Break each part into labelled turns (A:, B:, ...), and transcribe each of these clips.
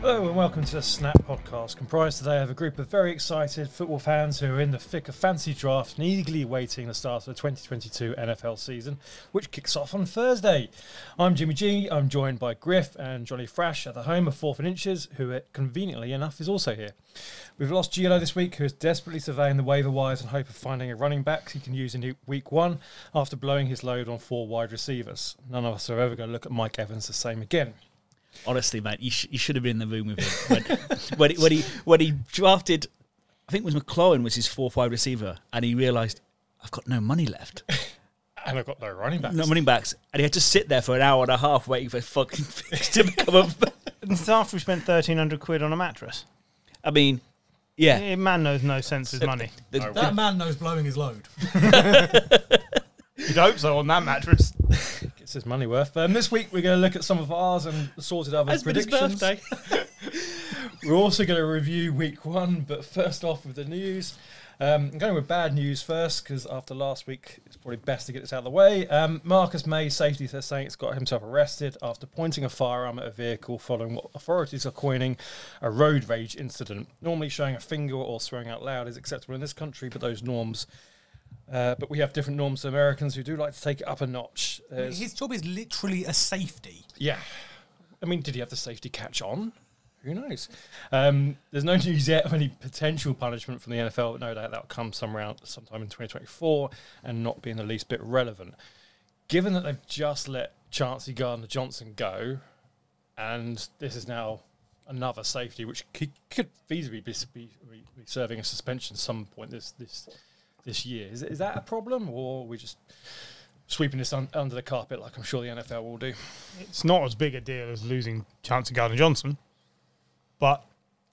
A: Hello and welcome to the Snap Podcast, comprised today of a group of very excited football fans who are in the thick of fancy drafts and eagerly awaiting the start of the 2022 NFL season, which kicks off on Thursday. I'm Jimmy G, I'm joined by Griff and Johnny Frash at the home of Fourth and Inches, who uh, conveniently enough is also here. We've lost Gio this week, who is desperately surveying the waiver wires in hope of finding a running back he can use in week one after blowing his load on four wide receivers. None of us are ever going to look at Mike Evans the same again.
B: Honestly, mate, you, sh- you should have been in the room with him when, when, he, when he when he drafted. I think it was McLaurin was his fourth wide receiver, and he realised I've got no money left,
A: And I've got no running backs.
B: no running backs, and he had to sit there for an hour and a half waiting for fucking things to become. A,
C: It's after we spent thirteen hundred quid on a mattress.
B: I mean, yeah,
C: Eh, Man knows no sense is money.
B: the-
A: I
D: That man knows blowing his load.
C: You'd hope so on that mattress.
A: It's his money worth. Um, this week we're going to look at some of ours and sorted others'
B: It's been his
A: predictions.
B: birthday.
A: We're also going to review week one, but first off with the news. Um, I'm going with bad news first because after last week, it's probably best to get this out of the way. Um, Marcus May, safety says Saints got himself arrested after pointing a firearm at a vehicle following what authorities are coining a road rage incident. Normally, showing a finger or swearing out loud is acceptable in this country, but those norms. Uh, but we have different norms to Americans who do like to take it up a notch. There's-
D: His job is literally a safety.
A: yeah. I mean, did he have the safety catch on? Who knows? Um, there's no news yet of any potential punishment from the NFL, but no doubt that'll come some round, sometime in 2024 and not be in the least bit relevant. Given that they've just let Chancey Gardner Johnson go, and this is now another safety which could, could feasibly be, be, be serving a suspension at some point this this this year. Is, is that a problem, or are we just sweeping this un, under the carpet like I'm sure the NFL will do?
C: It's not as big a deal as losing Chance of Gardner Johnson, but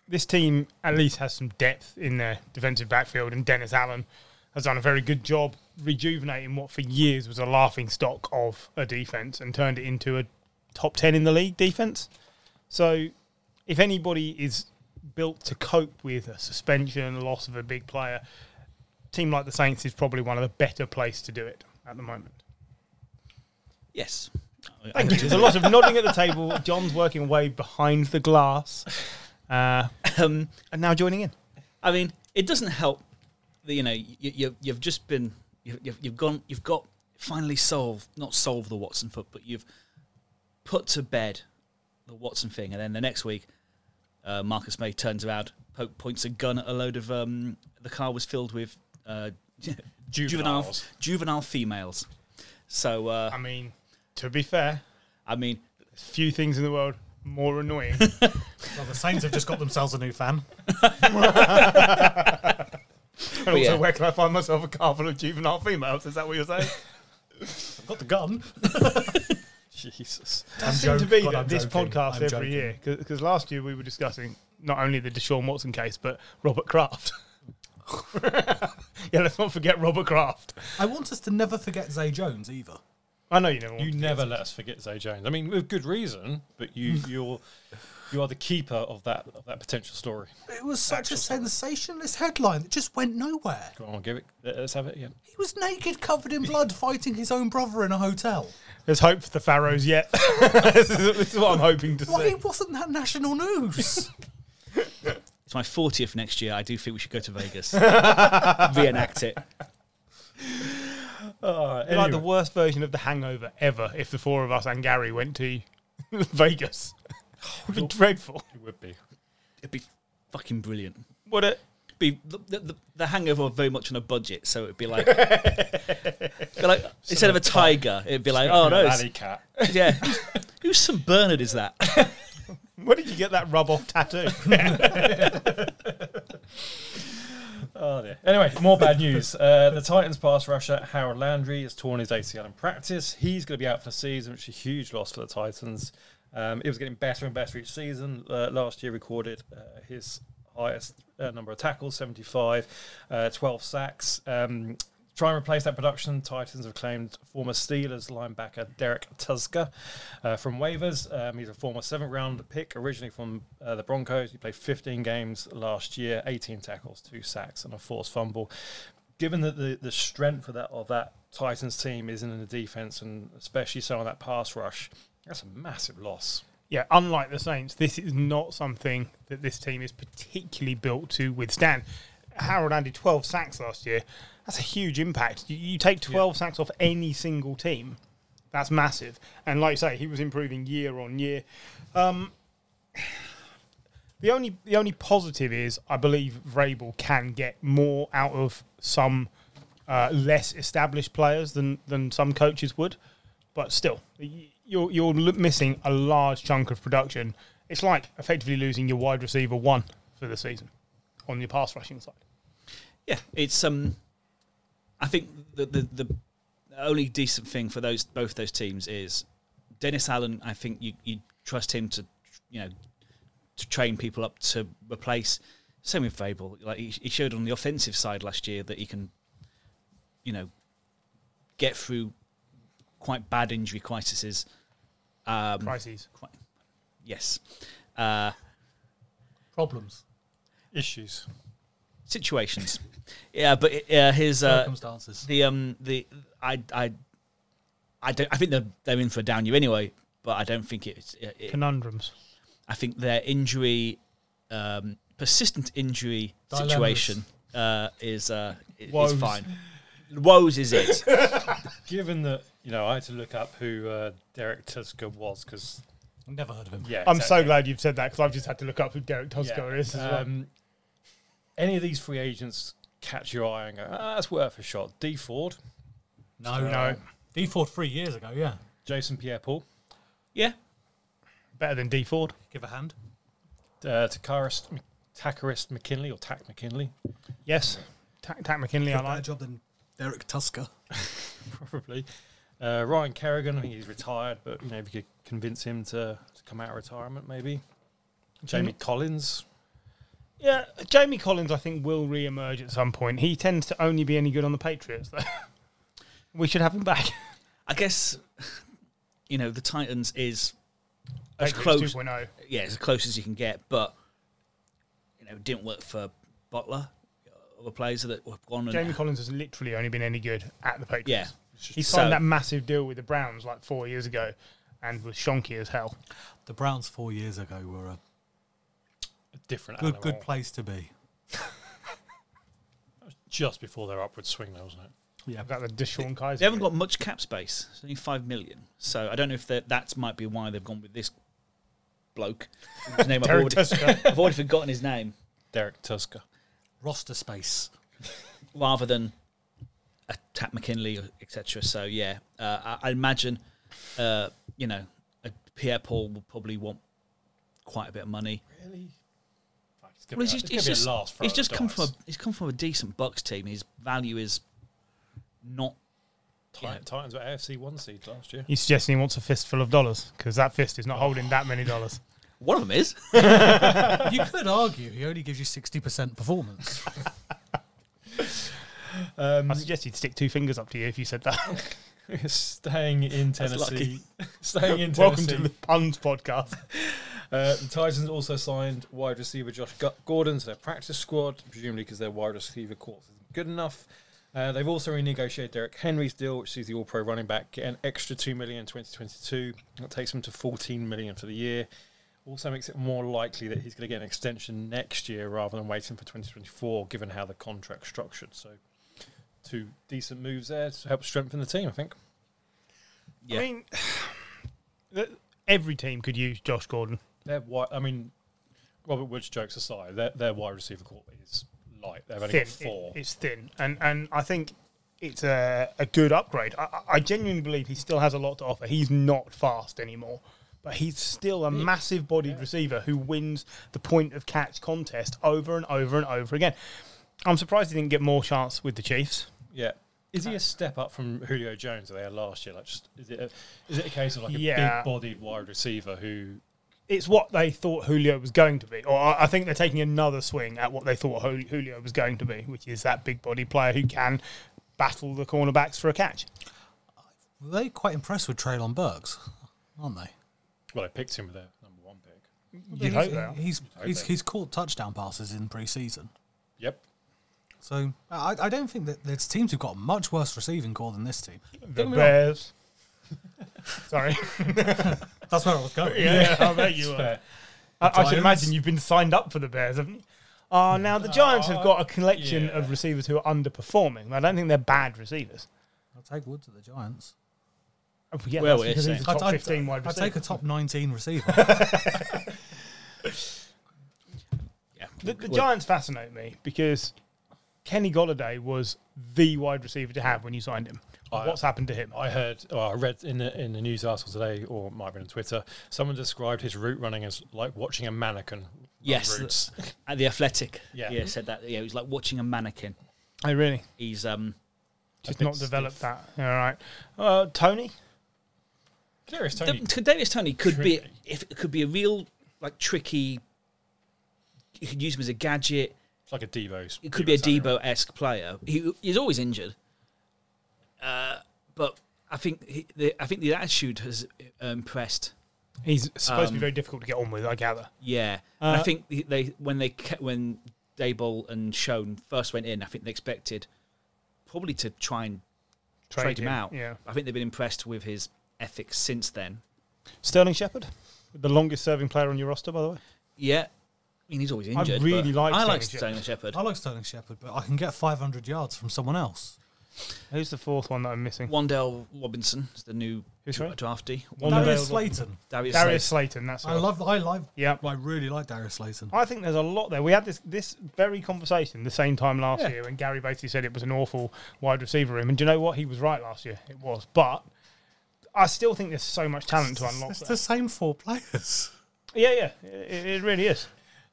C: this team at least has some depth in their defensive backfield, and Dennis Allen has done a very good job rejuvenating what for years was a laughing stock of a defense and turned it into a top ten in the league defense. So, if anybody is built to cope with a suspension, loss of a big player, team like the Saints is probably one of the better place to do it at the moment.
B: yes.
C: Thank you. There's a lot of nodding at the table. John's working way behind the glass, uh,
B: Um,
C: and now joining in.
B: I mean, it doesn't help. that, You know, you, you, you've just been, you've, you've, you've gone, you've got finally solved, not solved the Watson foot, but you've put to bed the Watson thing, and then the next week, uh, Marcus May turns around, po- points a gun at a load of. Um, the car was filled with uh, juvenile
A: Juveniles.
B: juvenile females. So uh,
C: I mean, to be fair,
B: I mean,
C: there's few things in the world more annoying.
D: Well, the Saints have just got themselves a new fan.
C: and also,
B: yeah.
C: where can I find myself a car full of juvenile females? Is that what you're saying?
D: I've got the gun.
A: Jesus.
C: That seems to be the- this podcast every year. Because last year we were discussing not only the Deshaun Watson case, but Robert Kraft. yeah, let's not forget Robert Kraft.
D: I want us to never forget Zay Jones either.
C: I know you never want
A: You
C: to.
A: never let us forget Zay Jones. I mean, with good reason, but you you're you are the keeper of that of that potential story.
D: It was such a sensationalist headline that just went nowhere.
A: Go on, give it. Let's have it again.
D: He was naked, covered in blood, fighting his own brother in a hotel.
C: There's hope for the Pharaohs yet. this, is, this is what I'm hoping to
D: Why
C: see.
D: wasn't that national news?
B: it's my fortieth next year. I do think we should go to Vegas, reenact it.
A: Uh,
C: It'd be like the worst version of The Hangover ever if the four of us and Gary went to Vegas.
A: Oh,
C: It would be dreadful.
A: it would be.
B: It'd be fucking brilliant.
C: Would it?
B: be the, the, the- the hangover were very much on a budget, so it'd be like, be like instead of a tiger, it'd be like, oh no, it's-
A: alley cat.
B: yeah, who's St Bernard is that?
C: Where did you get that rub off tattoo?
A: Oh dear. Anyway, more bad news. Uh, the Titans pass rusher Harold Landry has torn his ACL in practice. He's going to be out for the season, which is a huge loss for the Titans. Um, it was getting better and better each season. Uh, last year recorded uh, his highest uh, number of tackles, 75, uh, 12 sacks. Um, try and replace that production. Titans have claimed former Steelers linebacker Derek Tusker uh, from waivers. Um, he's a former seventh round pick, originally from uh, the Broncos. He played 15 games last year, 18 tackles, two sacks, and a forced fumble. Given that the, the strength of that of that Titans team is in the defense, and especially so on that pass rush, that's a massive loss.
C: yeah, unlike the Saints, this is not something that this team is particularly built to withstand. Harold Andy 12 sacks last year. That's a huge impact. You, you take 12 sacks off any single team. That's massive. And like you say, he was improving year on year. Um, the only the only positive is I believe Vrabel can get more out of some uh, less established players than than some coaches would, but still, y- you're you're l- missing a large chunk of production. It's like effectively losing your wide receiver one for the season on your pass rushing side.
B: Yeah, it's um, I think the the, the only decent thing for those both those teams is Dennis Allen. I think you you trust him to you know to train people up to replace. Same with Fable. Like he, he showed on the offensive side last year that he can, you know, get through quite bad injury crises. Um,
A: Mm.
C: Crises.
B: quite, yes. Uh,
D: Problems,
A: Issues.
B: situations. yeah, but uh, his
D: Oh,
B: uh,
D: circumstances.
B: the um the I I I don't I think they're they're in for a down year anyway, but I don't think it's it, it-
C: Conundrums.
B: I think their injury um persistent injury
D: Dilemmas.
B: situation uh is uh i-
A: Woes.
B: is fine. Woes is it.
A: Given that, you know, I had to look up who uh, Derek Tusker was because,
D: Never heard of him.
A: yeah.
C: I'm
A: exactly.
C: so glad you've said that because I've just had to look up who Derek Tosco
A: Yeah.
C: is. As well.
A: Um, Any of these free agents catch your eye and go, ah, that's worth a shot. D Ford,
D: No,
C: no,
D: D Ford Uh, three years ago. Yeah,
A: Jason Pierre Paul,
B: Yeah.
C: better than D Ford.
D: give a hand.
A: uh, Takaris, Takarist McKinley or Tack McKinley,
C: Yes, Tack, Tack McKinley. I
D: Better
C: like.
D: job than Derek Tusker.
A: probably. Uh, Ryan Kerrigan, I think he's retired, but you know, if you could convince him to, to come out of retirement, maybe.
B: Mm-hmm.
A: Jamie Collins.
C: Yeah, Jamie Collins, I think, will re-emerge at some point. He tends to only be any good on the Patriots, though. we should have him back.
B: I guess you know, the Titans is as
C: Patriots
B: close
C: oh. 2.0.
B: yeah, as close as you can get, but you know, it didn't work for Butler. Other players that have gone and
C: Jamie Collins has literally only been any good at the Patriots.
B: yeah.
C: He signed
B: So-
C: that massive deal with the Browns like four years ago and was shonky as hell.
D: The Browns four years ago were a
A: A different
D: good,
A: animal.
D: good place to be.
A: Just before their upward swing, though, wasn't it?
D: Yeah,
C: About the Deshaun Kaiser.
B: They haven't got much cap space. It's only five million. So I don't know if that that might be why they've gone with this bloke. Whose name I've,
C: Derek
B: already,
C: Tusker.
B: I've already forgotten his name,
A: Derek Tusker.
D: roster space.
B: rather than a Tap McKinley, etc. So yeah, uh, I, I imagine uh, you know a Pierre Paul will probably want quite a bit of money.
A: Really? Fuck, It's
B: Well,
A: going
B: he's
A: to
B: just,
A: be
B: he's just,
A: a last
B: he's just come from a he's come from a decent Bucks team. His value is not yeah.
A: Titans were AFC one seed last year.
C: He's suggesting he wants a fistful of dollars because that fist is not holding that many dollars.
B: one of them is.
D: you could argue he only gives you sixty percent performance.
A: Um,
C: I suggest he'd stick two fingers up to you if you said that.
A: staying in Tennessee.
B: lucky.
A: Staying in Tennessee.
C: Welcome to the Puns podcast.
A: Uh, the Titans also signed wide receiver Josh Gu- Gordon to their practice squad, presumably because their wide receiver corps isn't good enough. Uh, they've also renegotiated Derek Henry's deal, which sees the All-Pro running back get an extra two million in 2022. That takes him to 14 million for the year. Also makes it more likely that he's going to get an extension next year rather than waiting for 2024, given how the contract's structured. So, two decent moves there to help strengthen the team, I think.
B: Yeah.
C: I mean, th- every team could use Josh Gordon.
A: Their wide, I mean, Robert Woods jokes aside, their, their wide receiver corps is light. They've only
C: thin.
A: got four.
C: It- it's thin, and and I think it's a, a good upgrade. I, I- I genuinely believe he still has a lot to offer. He's not fast anymore, but he's still a massive bodied receiver who wins the point of catch contest over and over and over again. I'm surprised he didn't get more chance with the Chiefs.
A: yeah. Is he a step up from Julio Jones that they had last year? Like, just is it a, is it a case of like a
C: Yeah.
A: big-bodied wide receiver who?
C: It's what they thought Julio was going to be, or I I think they're taking another swing at what they thought Jul- Julio was going to be, which is that big body player who can battle the cornerbacks for a catch.
D: Were they quite impressed with Traylon Burks, aren't they?
A: Well, I picked him with their number one pick.
C: You'd
D: he's,
C: hope they are.
D: he's
A: hope
D: he's,
A: they-
D: he's caught touchdown passes in pre-season.
A: Yep.
D: So I, I don't think that there's teams who've got a much worse receiving core than this team.
C: The
D: me wrong.
C: Bears. Sorry.
D: That's where I was going.
C: yeah, I bet you were.
A: Fair.
C: I, I should
D: Giants.
C: imagine you've been signed up for the Bears, haven't you? Oh, now the Giants have got a collection
A: yeah.
C: of receivers who are underperforming. I don't think they're bad receivers.
D: I'll take Wood to the Giants.
C: Oh, yeah,
B: Well,
C: that's
B: we're
C: because he's a
B: saying-
C: top
D: I'd- I'd-
C: 15 wide
D: I'd take
C: receiver.
D: a top 19 receiver.
B: Yeah,
C: The, the
B: Well,
C: Giants fascinate me because Kenny Golladay was the wide receiver to have when you signed him.
A: I-
C: What's happened to him?
A: I heard, or I read in the, in the news article today, or it might have been on Twitter, someone described his route running as like watching a mannequin. run
B: Yes,
A: routes.
B: at the Athletic.
A: Yeah.
B: yeah, said that. Yeah, it was like watching a mannequin.
C: I really
B: He's um,
C: just
A: bit
C: not developed that. All right, uh, Tony.
A: Curious, Tony.
B: Tony. Davis Tony could be if it could be a real like tricky. You could use him as a gadget.
A: It's like a Debo's.
B: It could be a
A: Debo's
B: Debo esque player. He, he's always injured, uh, but I think he, the, I think the attitude has uh, impressed.
C: He's supposed to be
B: Um,
C: very difficult to get on with, I gather.
B: Yeah, and I
C: Uh,
B: think they- they when they kept, when Dayball and Schoen first went in, I think they expected probably to try and trade him out.
C: Yeah.
B: I think they've been impressed with his ethics since then.
C: Sterling Shepard, the longest-serving player on your roster, by the way.
B: Yeah, I mean he's always injured.
C: really
B: but
C: like
B: I
C: Sterling
B: like
C: Shepard.
B: Sterling Shepherd.
D: I like Sterling Shepard, but I can get 500 yards from someone else.
C: Who's the fourth one that I'm missing?
B: Wondell Robinson is the new
C: Who's right?
B: drafty.
C: One
D: Darius
C: available.
D: Slayton.
B: Darius,
C: Darius
B: Slay.
C: Slayton. That's
D: I
C: it.
D: love. I like.
C: Yeah.
D: I really like Darius Slayton.
C: I think there's a lot there. We had this this very conversation the same time last
D: Yeah.
C: year when Gary basically said it was an awful wide receiver room. And do you know what? He was right last year. It was, but I still think there's so much talent to unlock.
D: It's
C: there.
D: the same four players.
C: Yeah, yeah, it, it really is.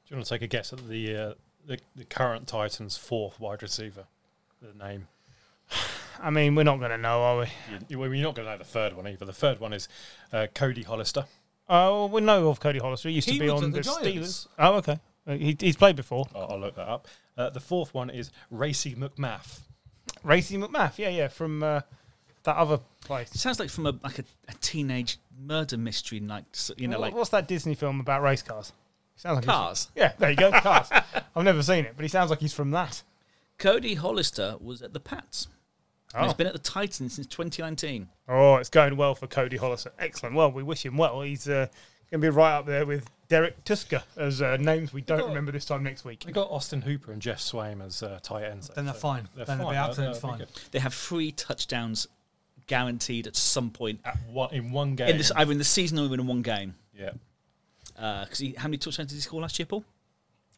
A: Do you want to take a guess at the, uh, the the current Titans' fourth wide receiver? The name.
C: I mean, we're not going to know, are we?
A: You, well, you're not going to know the third one either. The third one is uh, Cody Hollister.
C: Oh, we know of Cody Hollister. He used
D: He
C: to be
D: was
C: on
D: at
C: the,
D: the
C: Steelers.
D: Giants.
C: Oh, okay. Uh, He, he's played before.
A: I'll, I'll look that up. Uh, the fourth one is Racy McMath.
C: Racy McMath. Yeah, yeah, from uh, that other place.
B: It sounds like from a like a, a teenage murder mystery, like s- you know,
C: Wh-
B: like
C: what's that Disney film about race cars? Sounds like he's-
B: cars.
C: Yeah, there you go. Cars. I've never seen it, but he sounds like he's from that.
B: Cody Hollister was at the Pats. And
C: Oh.
B: he's been at the Titans since 2019.
C: Oh, it's going well for Cody Hollister. Excellent. Well, we wish him well. He's uh, going to be right up there with Derek Tusker as uh, names we don't
A: got-
C: remember this time next week.
A: They got Austin Hooper and Jeff Swaim as uh, tight ends.
D: Then they're fine. Then they'll be absolutely
A: They'll-
D: fine.
A: they'll be good.
B: They have three touchdowns guaranteed at some point
A: At one, in one game.
B: in this either in the season or in one game.
A: yeah.
B: Because he how many touchdowns did he score last year, Paul?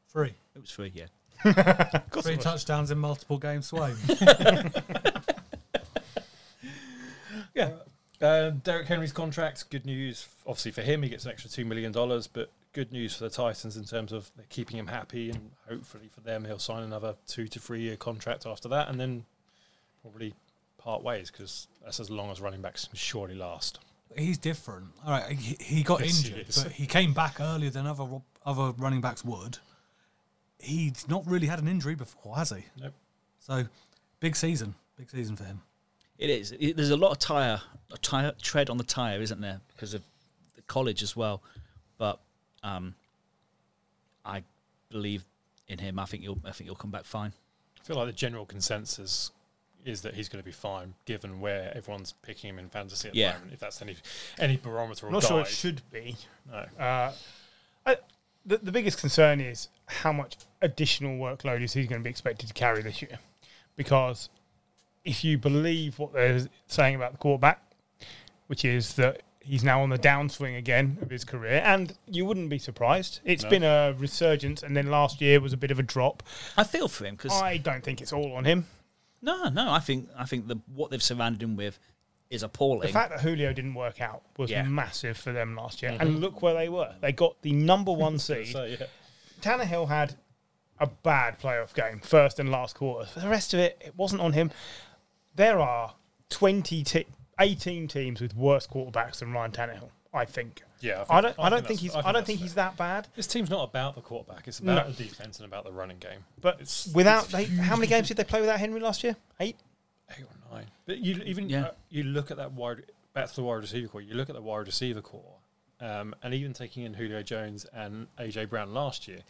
D: Three.
B: It was three. Yeah.
C: Of course
D: Three
C: it was.
D: touchdowns in multiple games. Swain.
A: Yeah. Um, Derek Henry's contract. Good news, obviously for him. He gets an extra two million dollars, but good news for the Titans in terms of they're keeping him happy, and hopefully for them, he'll sign another two to three year contract after that, and then probably part ways because that's as long as running backs can surely last.
D: He's different. All right, he, he got
A: Yes, he
D: injured,
A: is.
D: but he came back earlier than other ro- other running backs would. He's not really had an injury before, has he?
A: Nope.
D: So, big season, big season for him.
B: It is. It, there's a lot of tire, a tire tread on the tire, isn't there? Because of the college as well. But um, I believe in him. I think he'll. I think he'll come back fine.
A: I feel like the general consensus is that he's going to be fine, given where everyone's picking him in fantasy at
B: Yeah.
A: the moment. If that's any any barometer or
C: I'm not
A: guide,
C: sure it should be.
A: no.
C: Uh, I, the, the biggest concern is how much additional workload is he going to be expected to carry this year? Because if you believe what they're saying about the quarterback, which is that he's now on the downswing again of his career, and you wouldn't be surprised. It's
A: No.
C: been a resurgence, and then last year was a bit of a drop.
B: I feel for him because
C: I don't think it's all on him.
B: no, no. I think. I think the what they've surrounded him with is appalling.
C: The fact that Julio didn't work out was
B: Yeah.
C: massive for them last year. And look where they were. They got the number one seed.
A: So yeah,
C: Tannehill had a bad playoff game, first and last quarter. For the rest of it, it wasn't on him. There are 20 te- 18 teams with worse quarterbacks than Ryan Tannehill, I think.
A: yeah.
C: I don't I don't
A: that's-
C: think he's I don't
A: that's
C: think
A: fair.
C: he's that bad,
A: This team's not about the quarterback. It's about
C: No.
A: the defense and about the running game.
C: but
A: It's-
C: without
A: it's
C: they, how many games did they play without Henry last year? 8.
A: Eight or nine. But you even
B: Yeah.
A: uh, you look at that wide back to the wide receiver core. You look at the wide receiver core, um, and even taking in Julio Jones and AJ Brown last year,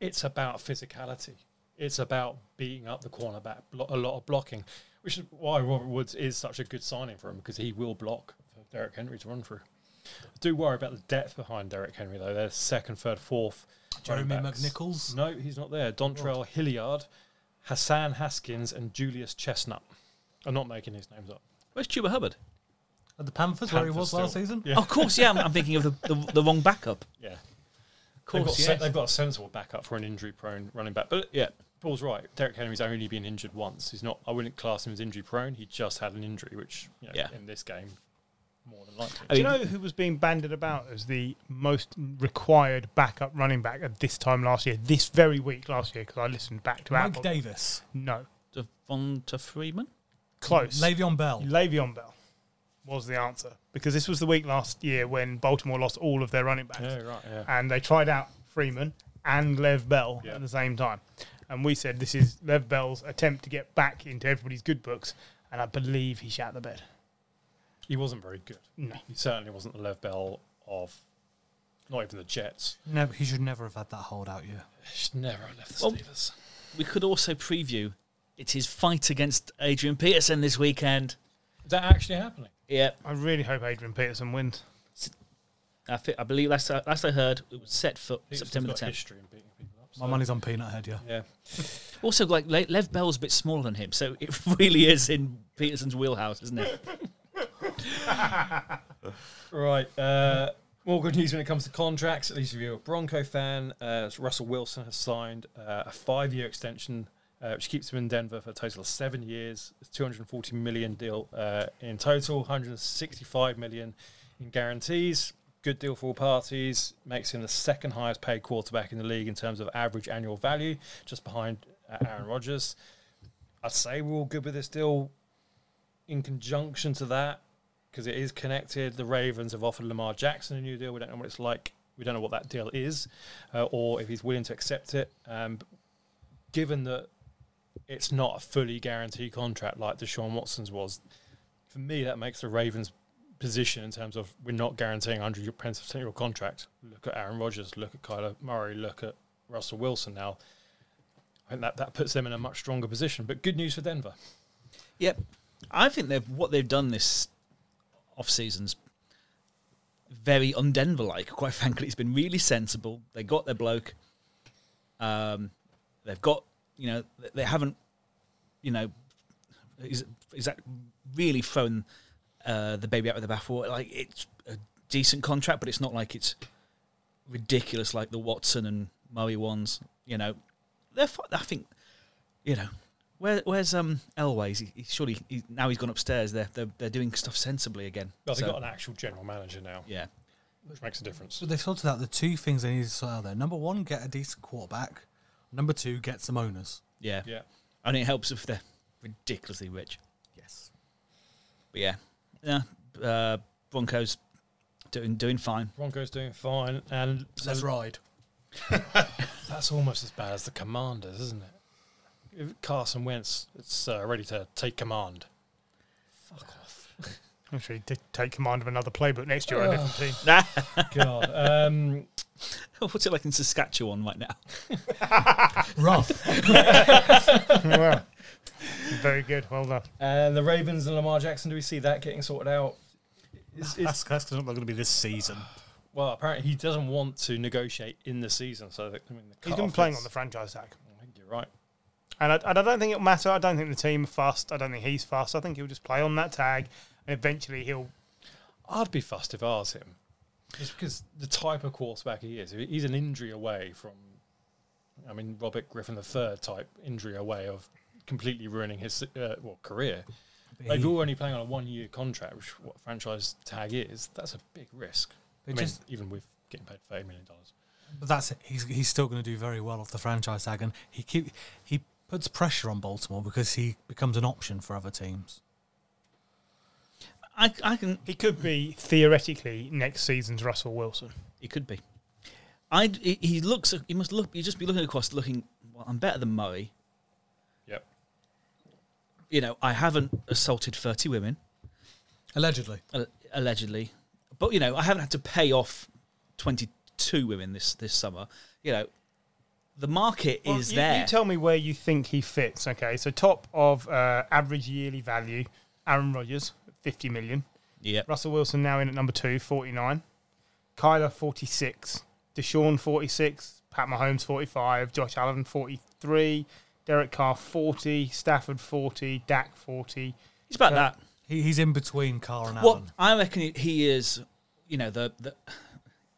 A: it's about physicality. It's about beating up the cornerback, blo- a lot of blocking, which is why Robert Woods is such a good signing for him because he will block for Derek Henry to run through. I do worry about the depth behind Derek Henry though. They're second, third, fourth. running
D: Jeremy
A: backs.
D: McNichols?
A: No, he's not there. Dontrell Hilliard, Hassan Haskins, and Julius Chestnut. I'm not making these names up.
B: Where's Tuba Hubbard?
D: At the Panthers, where he
A: Panthers
D: was last
A: still.
D: season.
A: Yeah.
B: Oh, of course, yeah. I'm, I'm thinking of the, the, the wrong backup.
A: Yeah.
B: Of
A: They've got,
B: course,
A: se-
B: yeah.
A: they've got a sensible backup for an injury-prone running back, but
B: Yeah.
A: Paul's right. Derek Henry's only been injured once. He's not. I wouldn't class him as injury prone. He just had an injury, which you know,
B: Yeah.
A: in this game, more than likely.
B: I
C: Do you
B: mean,
C: know who was being banded about as the most required backup running back at this time last year? This very week last year, because I listened back to
D: Mike
C: Apple.
D: Davis,
C: No,
B: Devonta Freeman?
C: close.
D: Le'Veon Bell.
C: Le'Veon Bell was the answer because this was the week last year when Baltimore lost all of their running backs,
A: yeah, right. Yeah.
C: and they tried out Freeman and Lev Bell
A: Yeah.
C: at the same time, and we said this is Lev Bell's attempt to get back into everybody's good books, and I believe he shat the bed.
A: He wasn't very good.
C: No.
A: He certainly wasn't the Lev Bell of, not even the Jets.
D: No, he should never have had that holdout year.
A: Should never have left the
B: Well-
A: Steelers.
B: We could also preview it's his fight against Adrian Peterson this weekend.
A: Is that actually happening?
B: Yeah.
C: I really hope Adrian Peterson wins.
B: I, thi- I believe last I, last I heard it was set for
A: Houston's
B: September the
A: got
B: 10th.
A: History in beating people up.
D: My
A: so-
D: money's on Peanut Head, yeah.
A: Yeah.
B: Also, like Le- Lev Bell's a bit smaller than him, so it really is in Peterson's wheelhouse, isn't it?
A: Right. Uh, more good news when it comes to contracts. At least if you're a Bronco fan, uh, Russell Wilson has signed uh, a five-year extension, uh, which keeps him in Denver for a total of seven years. It's 240 million deal uh, in total, 165 million in guarantees. Good deal for all parties. Makes him the second highest paid quarterback in the league in terms of average annual value, just behind uh, Aaron Rodgers. I'd say we're all good with this deal. In conjunction to that, because it is connected. The Ravens have offered Lamar Jackson a new deal. We don't know what it's like. We don't know what that deal is, uh, or if he's willing to accept it. Um, given that it's not a fully guaranteed contract like Deshaun Watson's was, for me that makes the Ravens' position in terms of we're not guaranteeing 100 percent of your contract. Look at Aaron Rodgers. Look at Kyler Murray. Look at Russell Wilson now. I think that, that puts them in a much stronger position. But good news for Denver.
B: Yep. I think they've what they've done this off season's very undenver like, quite frankly. It's been really sensible. They got their bloke. Um, they've got you know, th- they haven't you know is is that really thrown uh, the baby out with the bathwater? Like it's a decent contract, but it's not like it's ridiculous like the Watson and Murray ones. You know, they're. fi- I think you know where, where's um Elway? Is He, he, surely he, now he's gone upstairs. They're, they're they're doing stuff sensibly again.
A: Well, they've
B: So,
A: got an actual general manager now,
B: yeah,
A: which makes a difference.
D: So they've sorted out the two things they need to sort out there. Number one, get a decent quarterback. Number two, get some owners.
B: yeah,
A: Yeah.
B: and it helps if they're ridiculously rich.
D: Yes.
B: But yeah, yeah, uh, Broncos doing doing fine.
A: Broncos doing fine, and
D: Let's ride.
A: that's almost as bad as the Commanders, isn't it? If Carson Wentz, it's uh, ready to take command. Fuck off,
C: I'm sure he did take command of another playbook next year on a different team.
A: God. Um,
B: What's it like in Saskatchewan right now?
D: Rough.
C: well, very good. Well done.
A: and the Ravens and Lamar Jackson. Do we see that getting sorted out? It's, it's,
D: that's not going to be this season.
A: well, apparently he doesn't want to negotiate in the season, so that, I mean, the
C: He's been
A: cutoff
C: playing
A: is-
C: on the franchise tag.
A: I think you're right.
C: And I, and I don't think it'll matter. I don't think the team are fussed. I don't think he's fussed. I think he'll just play on that tag and eventually he'll.
A: I'd be fussed if I was him, just because the type of quarterback he is. He's an injury away from, I mean, Robert Griffin III type injury away of completely ruining his uh, well career. Like you're only playing on a one-year contract, which what franchise tag is. That's a big risk. I
D: They
A: mean,
D: just-
A: even with getting paid thirty million dollars.
D: But that's it. He's he's still going to do very well off the franchise tag, and he keep he puts pressure on Baltimore because he becomes an option for other teams.
B: I I can
C: He could be theoretically next season's Russell Wilson.
B: He could be. I he he looks. He must look. You just be looking across, looking. Well, I'm better than Murray.
A: Yep.
B: You know, I haven't assaulted thirty women
D: Allegedly,
B: al- allegedly, but you know, I haven't had to pay off twenty two women this this summer. You know, the market
C: Well,
B: is
C: you,
B: there.
C: You tell me where you think he fits. Okay, so top of uh, average yearly value, Aaron Rodgers, fifty million.
B: Yeah.
C: Russell Wilson now in at number two, 49. Kyler, 46. Deshaun, 46. Pat Mahomes, 45. Josh Allen, 43. Derek Carr, 40. Stafford, 40. Dak, 40.
B: It's about
C: Uh,
B: that.
D: He, he's in between Carr and
B: What
D: Allen.
B: I reckon he- he is, you know, the, the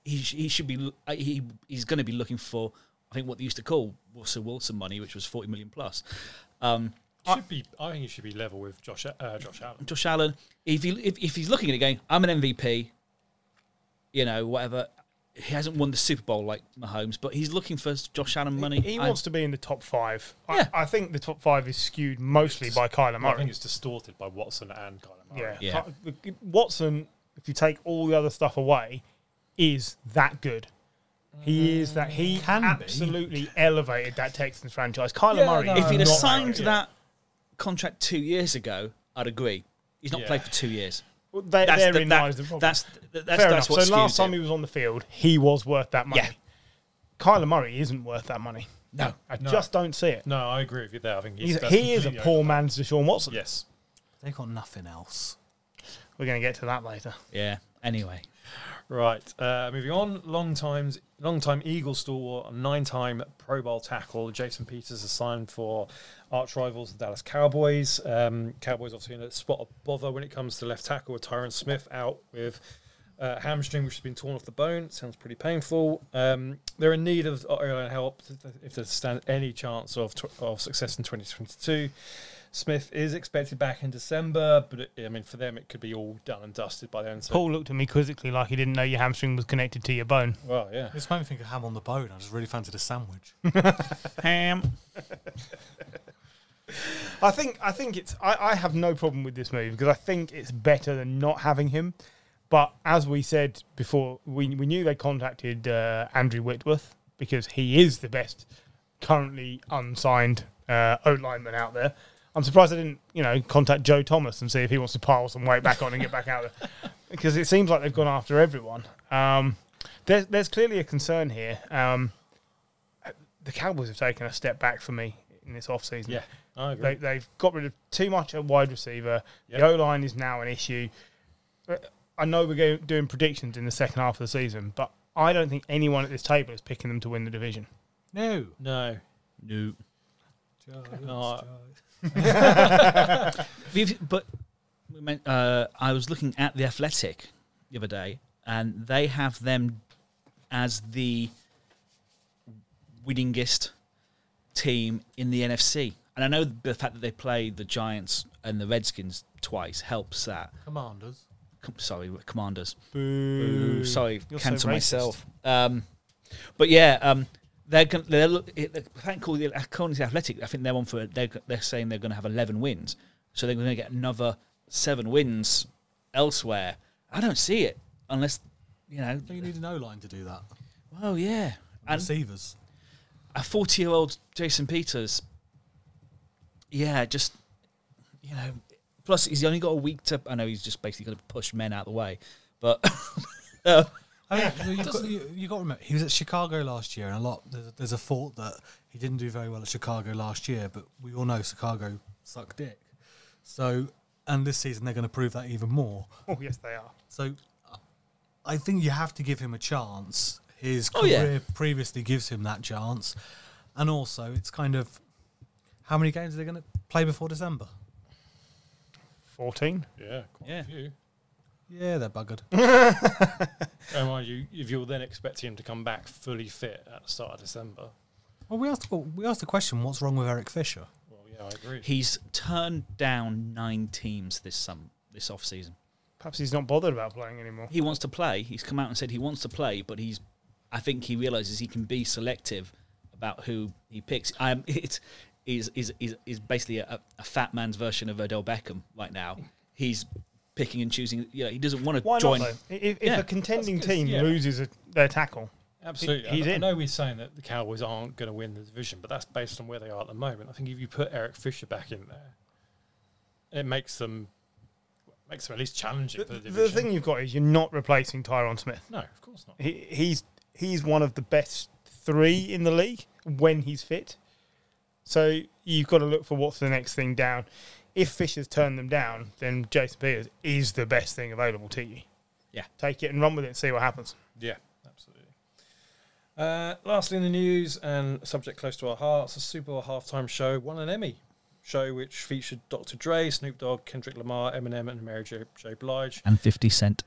B: he sh- he should be l- uh, he he's going to be looking for I think what they used to call Russell Wilson money, which was forty million plus. Um,
A: Should be. I think he should be level with Josh. Uh, Josh Allen.
B: Josh Allen, if he if, if he's looking at it going, I'm an MVP, you know, whatever. He hasn't won the Super Bowl like Mahomes, but he's looking for Josh Allen money.
C: He
B: I'm-
C: wants to be in the top five.
B: Yeah.
C: I, I think the top five is skewed mostly by Kyler
A: I
C: Murray.
A: think it's distorted by Watson and Kyler Murray.
C: Yeah.
B: Yeah.
C: Ky- Watson, if you take all the other stuff away, is that good. He is that
A: Mm,
C: he
D: Can be.
C: absolutely elevated that Texans franchise. Kyler
A: Yeah,
C: Murray.
A: no,
B: if
A: not
B: he'd have
A: Murray,
B: signed
A: yeah.
B: that contract two years ago, I'd agree. He's not
A: Yeah.
B: played for two years.
C: Well, they,
B: That's the,
C: therein
B: that-
C: lies the problem.
B: That's that's, that's
C: Fair enough.
B: what
C: so last
B: skews
C: time
B: it.
C: he was on the field, he was worth that money.
B: Yeah.
C: Kyler Murray isn't worth that money.
B: no,
C: I
A: No.
C: just don't see it.
A: No, I agree with you there. I think he's,
C: He's,
A: that's
C: he is a
A: completely
C: poor man's Deshaun Watson.
A: over- Yes.
D: They got nothing else.
C: We're going to get to that later.
B: yeah. Anyway,
A: Right. Uh, moving on. Long times, long time Eagle stalwart, nine-time Pro Bowl tackle Jason Peters is signed for arch rivals the Dallas Cowboys. Um, Cowboys obviously in a spot of bother when it comes to left tackle with Tyron Smith out with. Uh, hamstring, which has been torn off the bone, sounds pretty painful. Um, they're in need of Ireland help if they stand any chance of tw- of success in 2022. Smith is expected back in December, but it, I mean, for them, it could be all done and dusted by then. So,
C: Paul looked at me quizzically like he didn't know your hamstring was connected to your bone.
A: well, yeah.
D: This made me think of ham on the bone. I just really fancied a sandwich.
B: Ham.
C: I think I think it's I, I have no problem with this move because I think it's better than not having him. But as we said before, we, we knew they contacted uh, Andrew Whitworth because he is the best currently unsigned uh, O lineman out there. I'm surprised they didn't you know contact Joe Thomas and see if he wants to pile some weight back on and get back out there because it seems like they've gone after everyone. Um, there's there's clearly a concern here. Um, the Cowboys have taken a step back for me in this offseason.
A: Yeah, I agree.
C: They, they've got rid of too much at wide receiver.
A: Yep.
C: The O line is now an issue. Uh, I know we're going, doing predictions in the second half of the season, but I don't think anyone at this table is picking them to win the division.
D: No.
A: no,
B: No.
A: No.
B: We've, but we meant, uh, I was looking at the Athletic the other day, and they have them as the winningest team in the NFC. And I know the fact that they played the Giants and the Redskins twice helps that.
D: Commanders.
B: Com- sorry, Commanders.
C: Boo.
B: Ooh, sorry,
C: You're so
B: cancel
C: racist.
B: myself. Um, but yeah, um, they're going. They're, look- it- the- I think called the according to the Athletic. I think they're on for. They're they're saying they're going to have eleven wins, so they're going to get another seven wins elsewhere. I don't see it unless you know.
D: Don't you need an O line to do that?
B: Well, yeah, and
D: Receivers.
B: a forty-year-old Jason Peters. Yeah, just you know. Plus, he's only got a week to. I know he's just basically going to push men out of the way, but um,
D: I mean, well, you've, got, you, you've got to remember, he was at Chicago last year, and a lot there's, there's a thought that he didn't do very well at Chicago last year, but we all know Chicago sucked dick. So, and this season they're going to prove that even more.
C: Oh, yes, they are.
D: So, uh, I think you have to give him a chance. His
B: Oh, yeah.
D: career previously gives him that chance, and also it's kind of how many games are they going to play before December?
C: 14.
A: yeah, quite
B: Yeah.
A: a few.
D: Yeah, they're buggered.
A: And mind you, if you're then expecting him to come back fully fit at the start of December,
D: well, we asked well, we asked the question, what's wrong with Eric Fisher?
A: well, yeah, I agree.
B: He's turned down nine teams this sum this off season.
C: Perhaps he's not bothered about playing anymore.
B: He wants to play. He's come out and said he wants to play, but he's I think he realizes he can be selective about who he picks. Um, it's is is is is basically a, a fat man's version of Odell Beckham right now. He's picking and choosing. You know, he doesn't want
C: Why
B: to join.
C: not, though? I- If, if
B: Yeah.
C: a contending
A: That's 'cause,
C: team
A: yeah.
C: loses a, their tackle,
A: Absolutely.
C: he's
A: I, I
C: in.
A: know we're saying that the Cowboys aren't going to win the division, but that's based on where they are at the moment. I think if you put Eric Fisher back in there, it makes them makes them at least challenging
C: the,
A: for the
C: the
A: division.
C: thing you've got is you're not replacing Tyron Smith.
A: no, of course not.
C: He, he's he's one of the best three in the league when he's fit. So you've got to look for what's the next thing down. if Fisher's turned them down, then Jason Peters is the best thing available to you.
B: Yeah.
C: Take it and run with it and see what happens.
A: Yeah, absolutely. Uh, lastly, in the news and a subject close to our hearts, a Super Bowl halftime show won an Emmy. Show which featured Dr. Dre, Snoop Dogg, Kendrick Lamar, Eminem, and Mary J. J. Blige.
B: And 50 Cent.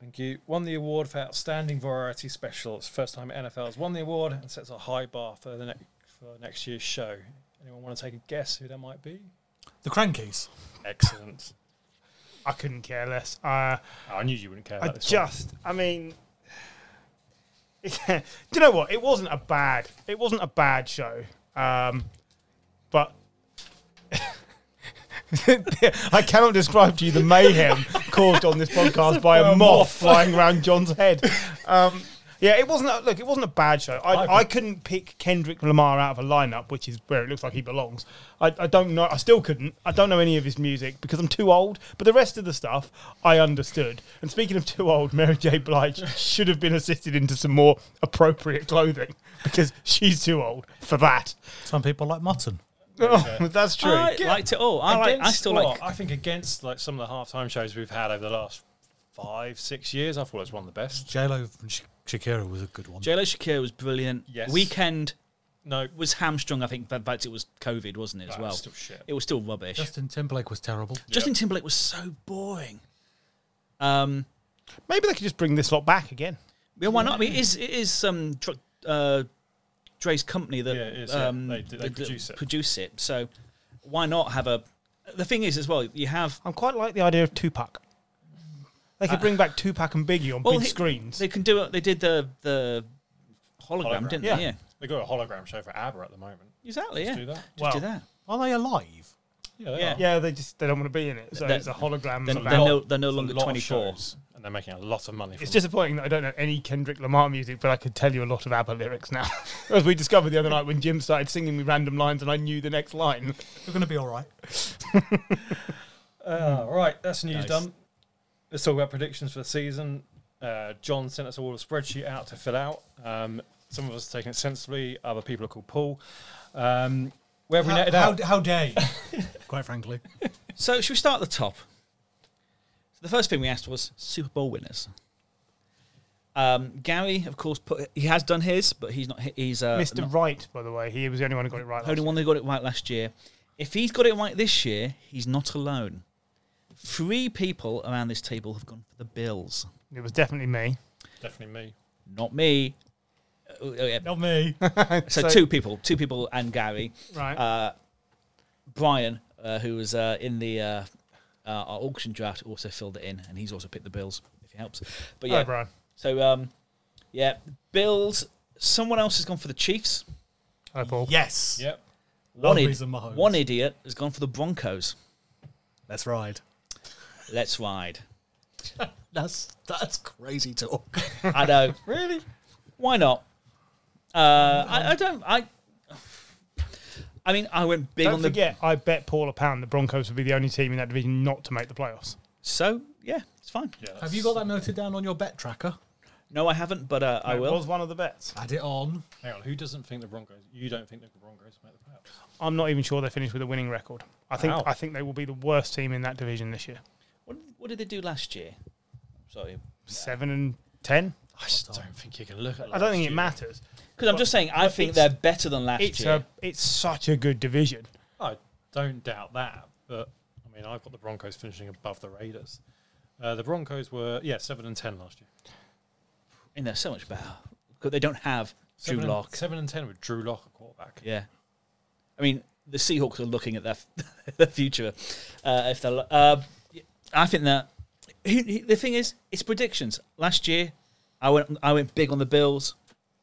A: Thank you. Won the award for outstanding variety special. It's the first time NFL has won the award and sets a high bar for the next for next year's show. Anyone want to take a guess who that might be?
D: The Crankies.
A: Excellent.
C: I couldn't care less. Uh,
A: Oh, I knew you wouldn't care
C: I
A: about this. one.
C: just, I mean, do you know what? It wasn't a bad, it wasn't a bad show, um, but I cannot describe to you the mayhem caused on this podcast by a moth, flying around John's head. Um, yeah, it wasn't. A, look, it wasn't a bad show. I,
A: I-
C: I, couldn't pick Kendrick Lamar out of a lineup, which is where it looks like he belongs. I, I don't know. I still couldn't. I don't know any of his music because I'm too old. But the rest of the stuff I understood. And speaking of too old, Mary J. Blige should have been assisted into some more appropriate clothing because she's too old for that.
D: Some people like mutton.
A: Okay.
C: Oh, that's true.
B: I liked it all. I, like, I
A: Against
B: still
A: what?
B: like.
A: I think against like some of the halftime shows we've had over the last five, six years, I thought it was one of the best.
D: J-Lo from Sh- Shakira was a good one.
B: JLo Shakira was brilliant.
A: Yes.
B: Weekend
A: No,
B: was hamstrung, I think. In fact, it was COVID, wasn't it, as
A: that
B: well?
A: was still shit.
B: it was still rubbish.
D: Justin Timberlake was terrible.
B: Justin Timberlake was so boring. Um,
C: Maybe they could just bring this lot back again.
B: yeah, why not? I mean, it is it is um, Dr- uh, Dre's company that
A: Yeah, it is, yeah.
B: um,
A: They do- they
B: that- that
A: produce it.
B: Produce it. So why not have a? The thing is, as well, you have
C: I'm quite like the idea of Tupac. They could bring back Tupac and Biggie on
B: Uh, well,
C: big
B: he-
C: screens.
B: they can do it. They did the the hologram,
A: Hologram.
B: didn't
C: Yeah.
B: they? Yeah,
A: They got a hologram show for ABBA at the moment.
B: exactly.
A: Let's
B: yeah,
A: do that.
B: just do
C: Wow.
B: that.
D: Are they alive?
A: Yeah, they
B: Yeah.
A: are.
C: yeah, they just they don't want to be in it. So
B: That-
C: it's a hologram.
B: Then
C: about-
B: they're no, they're no
A: It's a
B: longer
A: lot of
B: twenty four.
A: shows, and they're making a lot of money. From
C: it's disappointing that I don't know any Kendrick Lamar music, but I could tell you a lot of ABBA lyrics now. As we discovered the other night when Jim started singing me random lines and I knew the next line.
D: You're going to be all right.
A: Uh, right, that's news
B: Nice.
A: done. Let's talk about predictions for the season. Uh, John sent us all a spreadsheet out to fill out. Um, some of us are taking it sensibly. Other people are called Paul. Um, where have we netted
D: how,
A: out?
D: how dare you? Quite frankly.
B: So should we start at the top? So the first thing we asked was Super Bowl winners. Um, Gary, of course, put he has done his, but he's not. He's uh,
C: Mr.
B: not-
C: Wright, by the way, he was the only one who got it right.
B: only
C: last
B: one that got it right last year. If he's got it right this year, he's not alone. Three people around this table have gone for the Bills.
C: time. It was definitely me.
A: Definitely me.
B: Not me. Uh, oh, yeah.
D: Not me.
B: so,
C: so-
B: two people, two people, and Gary,
C: Right.
B: uh, Brian, uh, who was uh, in the uh, uh, our auction draft, also filled it in, and he's also picked the Bills. If it helps, but yeah,
C: Hi, Brian.
B: So um, yeah, Bills. Someone else has gone for the Chiefs.
C: Hi, Paul.
D: Yes.
A: Yep.
B: One,
D: Love
B: id-
D: me some Mahomes.
B: one idiot has gone for the Broncos.
D: Let's ride.
B: Let's ride.
D: That's that's crazy talk.
B: I know.
A: Really?
B: Why not? Uh, I, I don't. I. I mean, I went big
C: Don't
B: on the.
C: forget, I bet Paul a pound the Broncos would be the only team in that division not to make the playoffs.
B: So yeah, it's fine.
A: Yeah,
D: Have you got that noted down on your bet tracker?
B: No, I haven't, but uh, I
C: It
B: will.
C: was one of the bets.
D: Add it on.
A: Hang on. Who doesn't think the Broncos? You don't think the Broncos make the playoffs?
C: I'm not even sure they finished with a winning record. I think
A: Wow.
C: I think they will be the worst team in that division this year.
B: What, what did they do last year? Sorry,
C: Seven and ten.
A: I just don't think you can look at.
C: I don't think it matters.
B: because I'm just saying. I think they're better than last
C: It's
B: year.
C: a it's such a good division.
A: I don't doubt that, but I mean, I've got the Broncos finishing above the Raiders. Uh, the Broncos were yeah seven and ten last year.
B: and they're so much better because they don't have Drew
A: Seven and-
B: Lock.
A: Seven and ten with Drew Lock at quarterback.
B: Yeah, I mean the Seahawks are looking at their their future. Uh, if they're, uh, I think that who- who- the thing is, it's predictions. Last year, I went I went big on the Bills,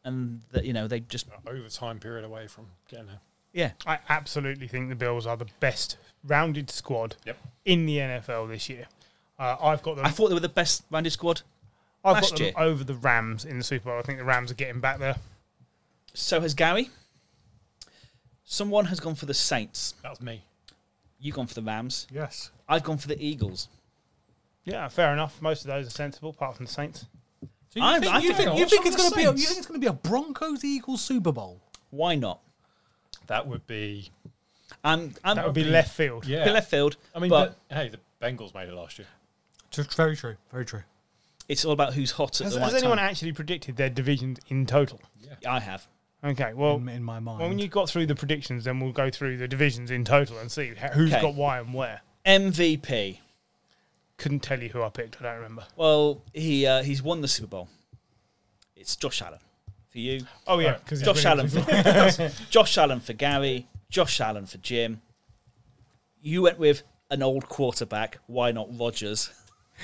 B: and that you know they just
A: overtime period away from getting there.
B: yeah.
C: I absolutely think the Bills are the best rounded squad
A: Yep.
C: in the NFL this year. Uh, I've got them.
B: I thought they were the best rounded squad.
C: I've
B: last
C: got them
B: year.
C: over the Rams in the Super Bowl. I think the Rams are getting back there.
B: So has Gary. Someone has gone for the Saints.
A: That was me.
B: You've gone for the Rams.
D: Yes.
B: I've gone for the Eagles.
C: Yeah, fair enough. Most of those are sensible, apart from the Saints.
D: So you
B: I-
D: think,
B: I
D: you
B: think
D: think,
A: I
D: you
A: watched
D: think
A: some
D: it's
A: of the
D: going to be a, you
A: Saints.
D: think it's going to be a Broncos Eagles Super Bowl?
B: Why not?
A: That would be
B: I'm, I'm
C: That would be left field.
A: Yeah.
B: be left field.
A: I mean,
B: but
A: the- hey, the Bengals made it last year.
D: Tr- Very true. Very true.
B: it's all about who's hot at
C: Has,
B: the
C: has
B: right
C: anyone
B: time.
C: actually predicted their divisions in total?
B: I have.
C: Okay, well,
D: in, in my mind.
C: well, when you got through the predictions, then we'll go through the divisions in total and see ha- who's
B: Okay.
C: got why and where.
B: MVP.
C: Couldn't tell you who I picked. I don't remember.
B: Well, he uh, he's won the Super Bowl. It's Josh Allen for you.
C: Oh yeah, because
B: Josh Allen for Josh Allen for Gary. Josh Allen for Jim. You went with an old quarterback. Why not Rogers?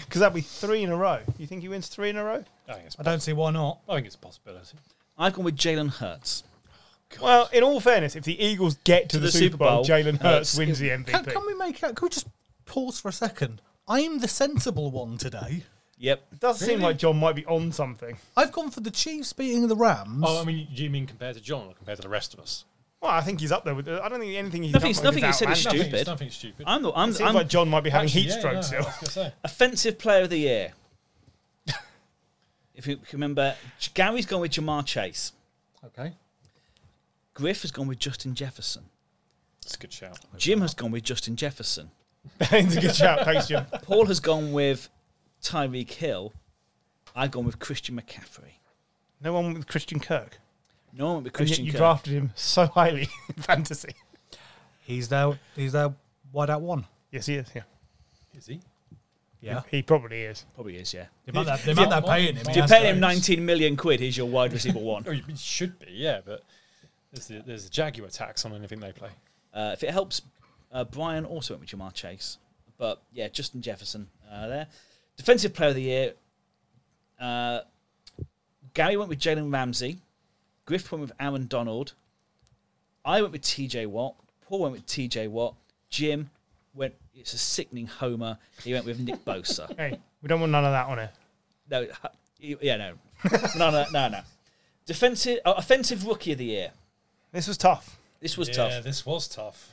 C: because that'd be three in a row. You think he wins three in a row?
A: I think it's,
D: I don't see why not.
A: I think it's a possibility.
B: I've gone with Jalen Hurts.
C: Well, in all fairness, if the Eagles get to, the, Super Bowl, Jalen Hurts
B: Hurts
C: wins the MVP.
D: Can, can we make it? Can we just pause for a second? I'm the sensible one today.
B: Yep.
C: It does seem like John might be on something.
D: I've gone for the Chiefs beating the Rams.
A: Oh, I mean, do you mean compared to John or compared to the rest of us?
C: Well, I think he's up there with. I don't think anything he's
B: Nothing's-
C: done like
B: nothing he
C: is
B: said is
C: outlandish.
B: Stupid.
A: Nothing, nothing stupid.
B: I'm the I'm,
C: It seems
B: I'm
C: like John might be having
A: Actually,
C: heat
A: yeah,
C: stroke
A: no, I
C: still.
A: was gonna say.
B: offensive player of the year. if you can remember, Gary's gone with Jamar Chase.
D: okay.
B: Griff has gone with Justin Jefferson.
A: It's a good shout.
B: Jim has gone with Justin Jefferson.
C: It's a good shout, thanks, Jim.
B: Paul has gone with Tyreek Hill. I've gone with Christian McCaffrey.
C: No one with Christian Kirk.
B: No one went with
C: And yet
B: Christian
C: you
B: Kirk.
C: drafted him so highly in fantasy.
D: He's their he's their wideout one.
C: Yes, he is. Yeah,
A: Is he?
D: Yeah.
C: he probably is.
B: Probably is, yeah.
D: They might have- they might have paying him.
B: If you
D: That's
B: pay him
D: great.
B: 19 million quid, he's your wide receiver one.
A: Oh, it should be, yeah, but there's the, there's the Jaguar tax on anything they play.
B: Uh, if it helps, uh, Brian also went with Jamar Chase. But yeah, Justin Jefferson uh, there. Defensive player of the year. Uh, Gary went with Jalen Ramsey. Griff went with Aaron Donald. I went with TJ Watt. Paul went with TJ Watt. Jim went, it's a sickening homer. He went with Nick Bosa.
C: Hey, we don't want none of that on here.
B: No, ha- yeah, no. No, no, no, no. Defensive, uh, offensive rookie of the year.
C: This was tough.
B: This was
A: yeah,
B: tough.
A: this was tough.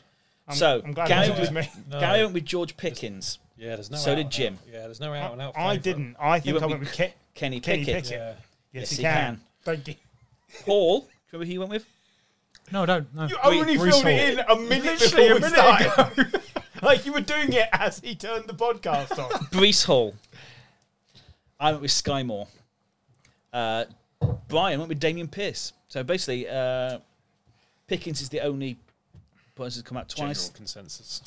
C: I'm,
B: so,
C: I'm glad
B: Gary,
C: it was
B: went,
C: me.
A: No,
B: Gary went with George Pickens.
A: yeah, there's no.
B: so
A: out
B: did
A: and
B: Jim.
A: out- Yeah, there's no out and
C: I,
A: out.
C: I
A: favourite.
C: didn't. I think I
B: went
C: went
B: with
C: with Ke-
B: Kenny
C: Kenny
B: Pickett.
C: Pickett.
A: Yeah,
C: Yes,
B: he
C: he can.
B: can.
C: Thank you.
B: Paul, do you remember who you went with?
D: No, don't. No.
C: You
B: We-
C: only
D: we
C: filled
D: saw
C: it in a minute
A: Literally
C: before
A: a
C: we
A: minute
C: started. like you were doing it as he turned the podcast on.
B: Brees Hall. I went with Sky Moore. Uh, Brian went with Damien Pierce. So basically, uh, Pickens is the only person to come out
A: General
B: twice.
A: consensus.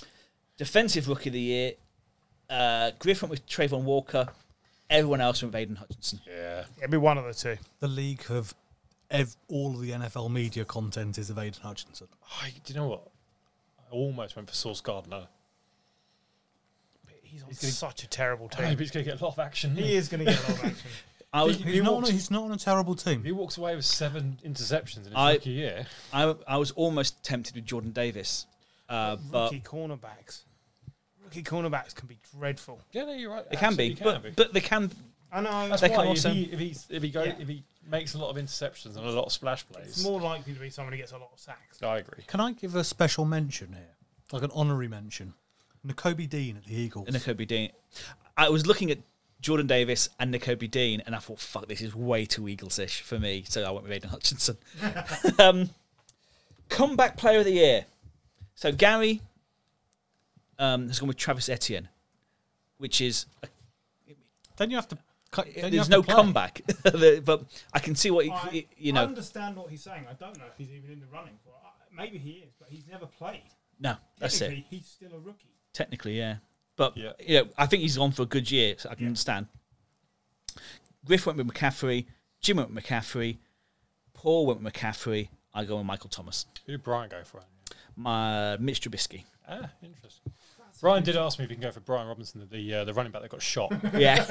B: Defensive Rookie of the Year. Uh, Griff went with Trayvon Walker. Everyone else went with Aiden Hutchinson.
A: Yeah,
C: It'd be one of the two.
D: The league have ev- all of the NFL media content is of Aiden Hutchinson.
A: I, do you know what? I almost went for Source Gardner.
C: He's on
A: gonna-
C: such a terrible
A: I know,
C: team.
A: but he's going to get a lot of action.
C: He is going to get a lot of action.
B: I, was,
A: Did
D: He's
A: He
D: not, on
A: walks-
D: a, he's not on a terrible
A: He
D: team.
A: walks away with seven interceptions in his
B: I-
A: rookie year.
B: I, I was almost tempted with Jordan Davis. Uh, but
C: Rookie cornerbacks. Rookie cornerbacks can be dreadful.
A: Yeah, no, you're right.
B: they can be.
A: absolutely
B: but, but they can.
C: I know.
A: That's
B: they
A: why
B: can also-
A: if he if, he's, if he go,
C: Yeah.
A: if he makes a lot of interceptions and a lot of splash plays,
C: It's more likely to be someone who gets a lot of sacks.
A: I agree.
D: Can I give a special mention here, like an honorary mention? Nicobe Dean at the Eagles.
B: Nicobe Dean. I was looking at Jordan Davis and Nicobe Dean, and I thought, fuck, this is way too Eagles ish for me. So I went with Aiden Hutchinson. um, comeback player of the year. So Gary um, has gone with Travis Etienne, which is a,
D: then you have to. cut- then you
B: there's
D: have
B: no
D: to play.
B: comeback, The- but I can see what he, he- you know.
C: understand what he's saying. I don't know if he's even in the running for it. Maybe he is, but he's never played.
B: no, that's it.
C: He's still a rookie.
B: Technically, yeah. But
A: Yeah.
B: you know, I think he's on for a good year, so I can understand. Griff went with McCaffrey, Jim went with McCaffrey, Paul went with McCaffrey, I go with Michael Thomas.
A: Who did Brian go for?
B: My uh, Mitch Trubisky.
A: Ah, interesting. Brian did ask me if he can go for Brian Robinson, the uh, the running back that got shot.
B: Yeah.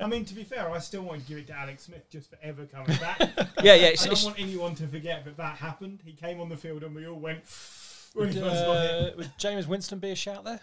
C: I mean, to be fair, I still want to give it to Alex Smith just for ever coming back.
B: yeah, yeah. It's,
C: I don't
B: it's,
C: want anyone to forget that that happened. He came on the field and we all went. When he
A: would,
C: first got hit.
A: uh, would James Winston be a shout there?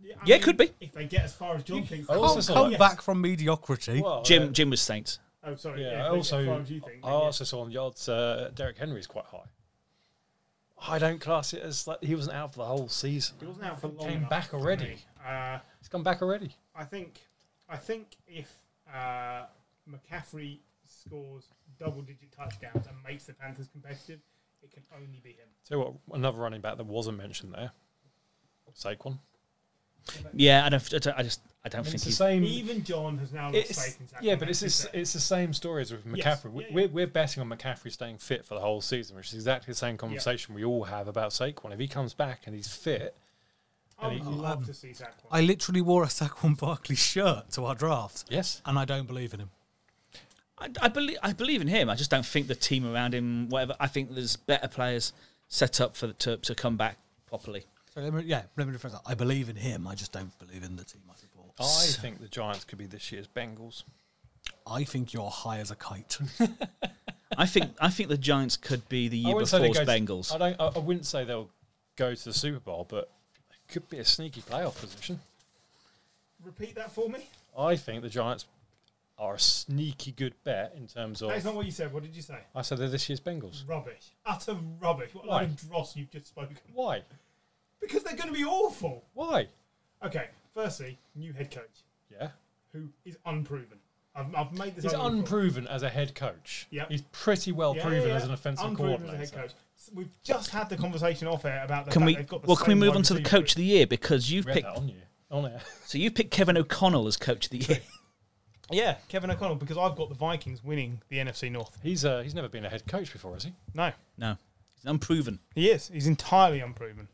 C: Yeah, I
B: yeah, could be.
C: If they get as far as John thinks.
A: I also
D: Can't
A: saw
D: come
A: that.
D: back Oh, from mediocrity.
A: Well,
B: Jim
A: uh,
B: Jim was Saints.
C: Oh, sorry.
A: yeah,
C: Yeah,
A: I
C: if they get as far
A: also
C: as you think.
A: I
C: then yeah.
A: also saw on yards uh, Derek Henry's quite high. I don't class it as like he wasn't out for the whole season.
C: He wasn't out for long
A: Came
C: enough
A: back
C: for
A: already.
C: me. Uh,
A: He's come back already.
C: I think I think if uh, McCaffrey scores double digit touchdowns and makes the Panthers competitive, It can only be him.
A: Tell you what, another running back that wasn't mentioned there, Saquon.
B: Yeah, I don't. I don't- I just. I don't
A: I mean,
B: think
A: it's the
B: he's.
A: same.
C: Even John has now lost
A: It's,
C: faith in Zach.
A: yeah, but
C: Wilson,
A: it's
C: is
A: it's,
C: there?
A: it's the same story as with
C: Yes,
A: McCaffrey. We
C: yeah, yeah.
A: We're, we're betting on McCaffrey staying fit for the whole season, which is exactly the same conversation we all have about Saquon. If he comes back and he's fit,
C: I would
A: Oh,
C: love
D: um,
C: to see Zach. Wilson.
D: I literally wore a Saquon Barkley shirt to our draft,
A: yes,
D: and I don't believe in him.
B: I, I believe. I believe in him. I just don't think the team around him. Whatever. I think there's better players set up for the to, to come back properly.
D: So let me, yeah, let me rephrase that. I believe in him. I just don't believe in the team I support.
C: Oh.
A: I think the Giants could be this year's Bengals.
D: I think you're high as a kite.
B: I think. I think the Giants could be the
A: I
B: year
A: wouldn't say they
B: before's
A: go to-
B: Bengals.
A: I don't. I, I wouldn't say they'll go to the Super Bowl, but it could be a sneaky playoff position.
C: Repeat that for me.
A: I think the Giants are a sneaky good bet in terms of.
C: That's not what you said. What did you say?
A: I said they're this year's Bengals.
C: Rubbish. Utter rubbish. What a
A: Why?
C: load of dross you've just spoken.
A: Why?
C: Because they're going to be awful.
A: Why?
C: Okay. Firstly, new head coach
A: Yeah.
C: who is unproven. I've, I've made this.
A: He's
C: argument before.
A: unproven as a head coach.
C: Yep.
A: He's pretty well
C: Yeah,
A: proven
C: yeah, yeah.
A: as an offensive
C: Unproven
A: coordinator.
C: As a head coach. So we've just had the conversation off air about the
B: Can
C: fact
B: we?
C: they've got the
B: Well, can we
C: same
B: move
C: wide
B: on to the
C: receiver.
B: coach of the year because you've
A: Read
B: picked.
A: that on you. On air.
B: So you picked Kevin O'Connell as coach of the year.
C: Yeah, Kevin O'Connell, because I've got the Vikings winning the NFC North.
A: He's uh, he's never been a head coach before, has he?
C: No,
B: No, he's unproven.
C: he is. He's entirely unproven.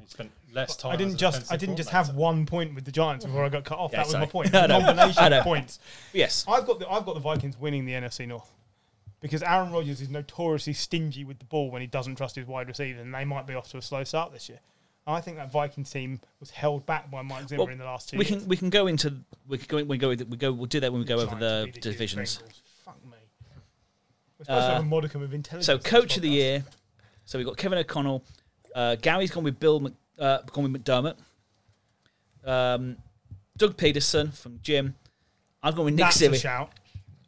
A: He spent less time.
C: I
A: as
C: didn't
A: an
C: just.
A: offensive
C: I didn't just have
A: coordinator.
C: one point with the Giants before I got cut off.
B: Yeah,
C: that was
B: sorry.
C: my point.
B: I
C: A
B: know. I
C: combination
B: know.
C: of points.
B: Yes.
C: I've got the I've got the Vikings winning the NFC North because Aaron Rodgers is notoriously stingy with the ball when he doesn't trust his wide receiver, and they might be off to a slow start this year. I think that Vikings team was held back by Mike Zimmer
B: Well,
C: in the last two.
B: we
C: years.
B: can we can go into we can go in- we go with- we go we'll do that when we go over the
C: Giants beat Chiefs,
B: divisions. Uh,
C: Bengals. Fuck me. We're supposed to have a modicum of intelligence.
B: So
C: on this
B: coach of the
C: podcast.
B: year. So we have got Kevin O'Connell. Uh, Gary's gone with Bill Mc, uh, gone with McDermott. Um, Doug Peterson from Jim. I've gone with Nick
C: That's a
B: Sirianni.
C: shout.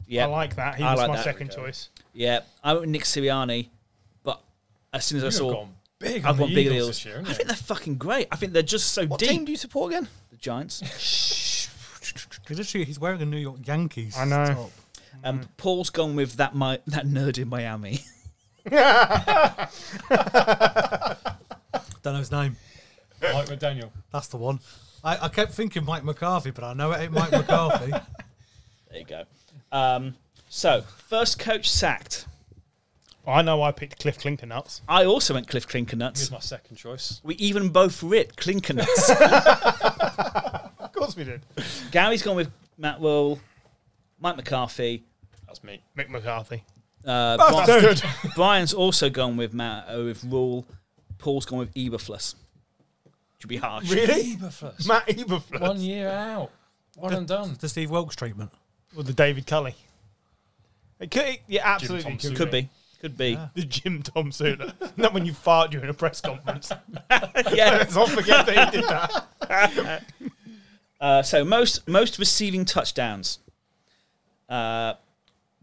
B: Yeah,
C: I like that. He
B: I
C: was
B: like
C: my
B: that.
C: second
A: There we go.
C: choice.
B: yeah. I went with Nick Sirianni, but as soon as I
A: You've
B: saw,
A: gone big
B: I've
A: on
B: gone
A: the
B: big
A: Eagles
B: Eagles.
A: this year. haven't
B: I
A: you?
B: think they're fucking great. I think they're just so deep.
E: do you support again?
B: The Giants.
D: He's literally he's wearing a New York Yankees.
C: I know.
D: Top.
B: Um, Paul's gone with that my, that nerd in Miami.
D: Don't know his name.
A: Mike McDaniel.
D: That's the one. I, I kept thinking Mike McCarthy, but I know it ain't Mike McCarthy.
B: There you go. Um, so first coach sacked.
C: I know I picked Cliff Clinkernuts.
B: I also went Cliff
A: He's
B: Clinkernuts.
A: my second choice.
B: We even both writ Clinkernuts.
C: Of course we did.
B: Gary's gone with Matt Wool, Mike McCarthy.
A: That's me.
C: Mick McCarthy.
B: Uh, Bri-
C: Bastard.
B: Brian's also gone with Matt uh, with Rule. Paul's gone with Eberfluss. Should be harsh.
C: Really?
A: Eberflus.
C: Matt Eberflus.
A: One year out. One and done.
D: the Steve Wilkes treatment.
C: Or the David Cully. It could, it- yeah, absolutely
A: Thompson.
C: could,
B: Could be. Could be.
C: The Jim Tom Sula. Not when you fart during a press conference.
B: yeah.
C: Let's not forget that he did that.
B: Uh, so most most receiving touchdowns. Uh,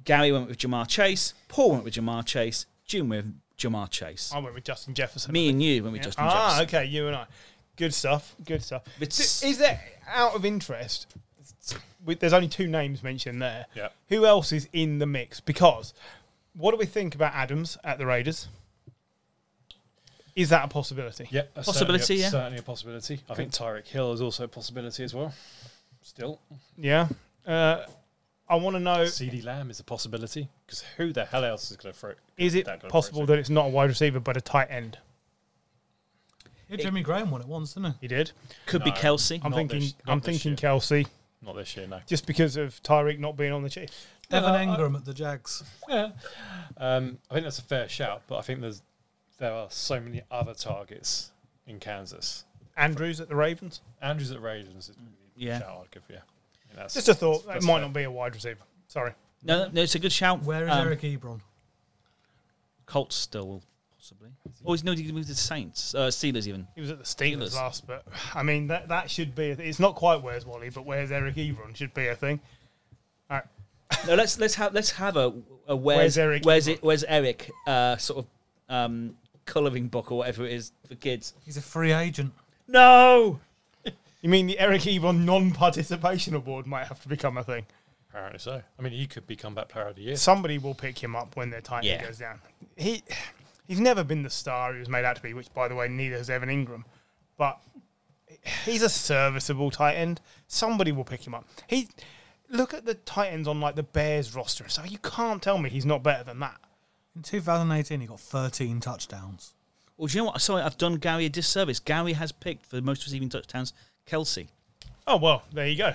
B: Gary went with Jamar Chase. Paul went with Jamar Chase. June went with Jamar Chase.
C: I went with Justin Jefferson.
B: Me and you went with Justin
C: ah,
B: Jefferson.
C: okay, you and I. Good stuff. Good stuff.
B: It's-
C: D- Is there out of interest? we- There's only two names mentioned there.
A: Yeah.
C: Who else is in the mix? Because what do we think about Adams at the Raiders? Is that a possibility?
A: Yeah, that's
B: Possibility,
A: certainly a,
B: yeah.
A: certainly a possibility. I think Tyreek Hill is also a possibility as well. Still,
C: Yeah. Uh, I want to know
A: CD Lamb is a possibility because who the hell else is going to throw?
C: is it
A: that kind of
C: possible that it's not a wide receiver but a tight end?
D: Yeah, Jimmy Graham won it once, didn't he?
C: He did.
B: Could be
A: No.
B: Kelsey.
C: I'm
A: Not
C: thinking.
A: this- not
C: I'm
A: this
C: thinking
A: year.
C: Kelsey,
A: Not this year, no.
C: just because of Tyreek not being on the Chiefs.
D: Devon
A: I-
D: Engram at the Jags.
A: Um, I think that's a fair shout, but I think there's there are so many other targets in Kansas.
C: Andrews at the Ravens.
A: Andrews at Ravens is
B: Yeah.
A: yeah. shout I'd give you. I think that's-
C: Just a thought. It
A: that's
C: might
A: fair.
C: not be a wide receiver. Sorry.
B: No, no, it's a good shout.
D: Where is
B: Um,
D: Eric Ebron?
B: Colts still possibly. Or is no? Did he move to the Saints? Uh, Steelers even.
C: He was at the Steelers
B: Steelers.
C: last, but I mean that that should be. A th- it's not quite where's Wally, but where's Eric Ebron should be a thing.
B: No, let's let's have let's have a, a where's,
C: Where's Eric?
B: Where's it? Where's Eric? Uh, sort of um, colouring book or whatever it is for kids.
D: He's a free agent.
B: No.
C: You mean the Eric Ebron non-participation award might have to become a thing?
A: Apparently so. I mean, he could be comeback player of the year.
C: Somebody will pick him up when their tight end
B: Yeah.
C: goes down. He He's never been the star he was made out to be, which, by the way, neither has Evan Ingram. But he's a serviceable tight end. Somebody will pick him up. He look at the tight ends on like the Bears roster. So you can't tell me he's not better than that.
D: In 2018, he got 13 touchdowns.
B: Well, do you know what? Sorry, I've done Gary a disservice. Gary has picked for the most receiving touchdowns Kelsey.
C: Oh well, there you go.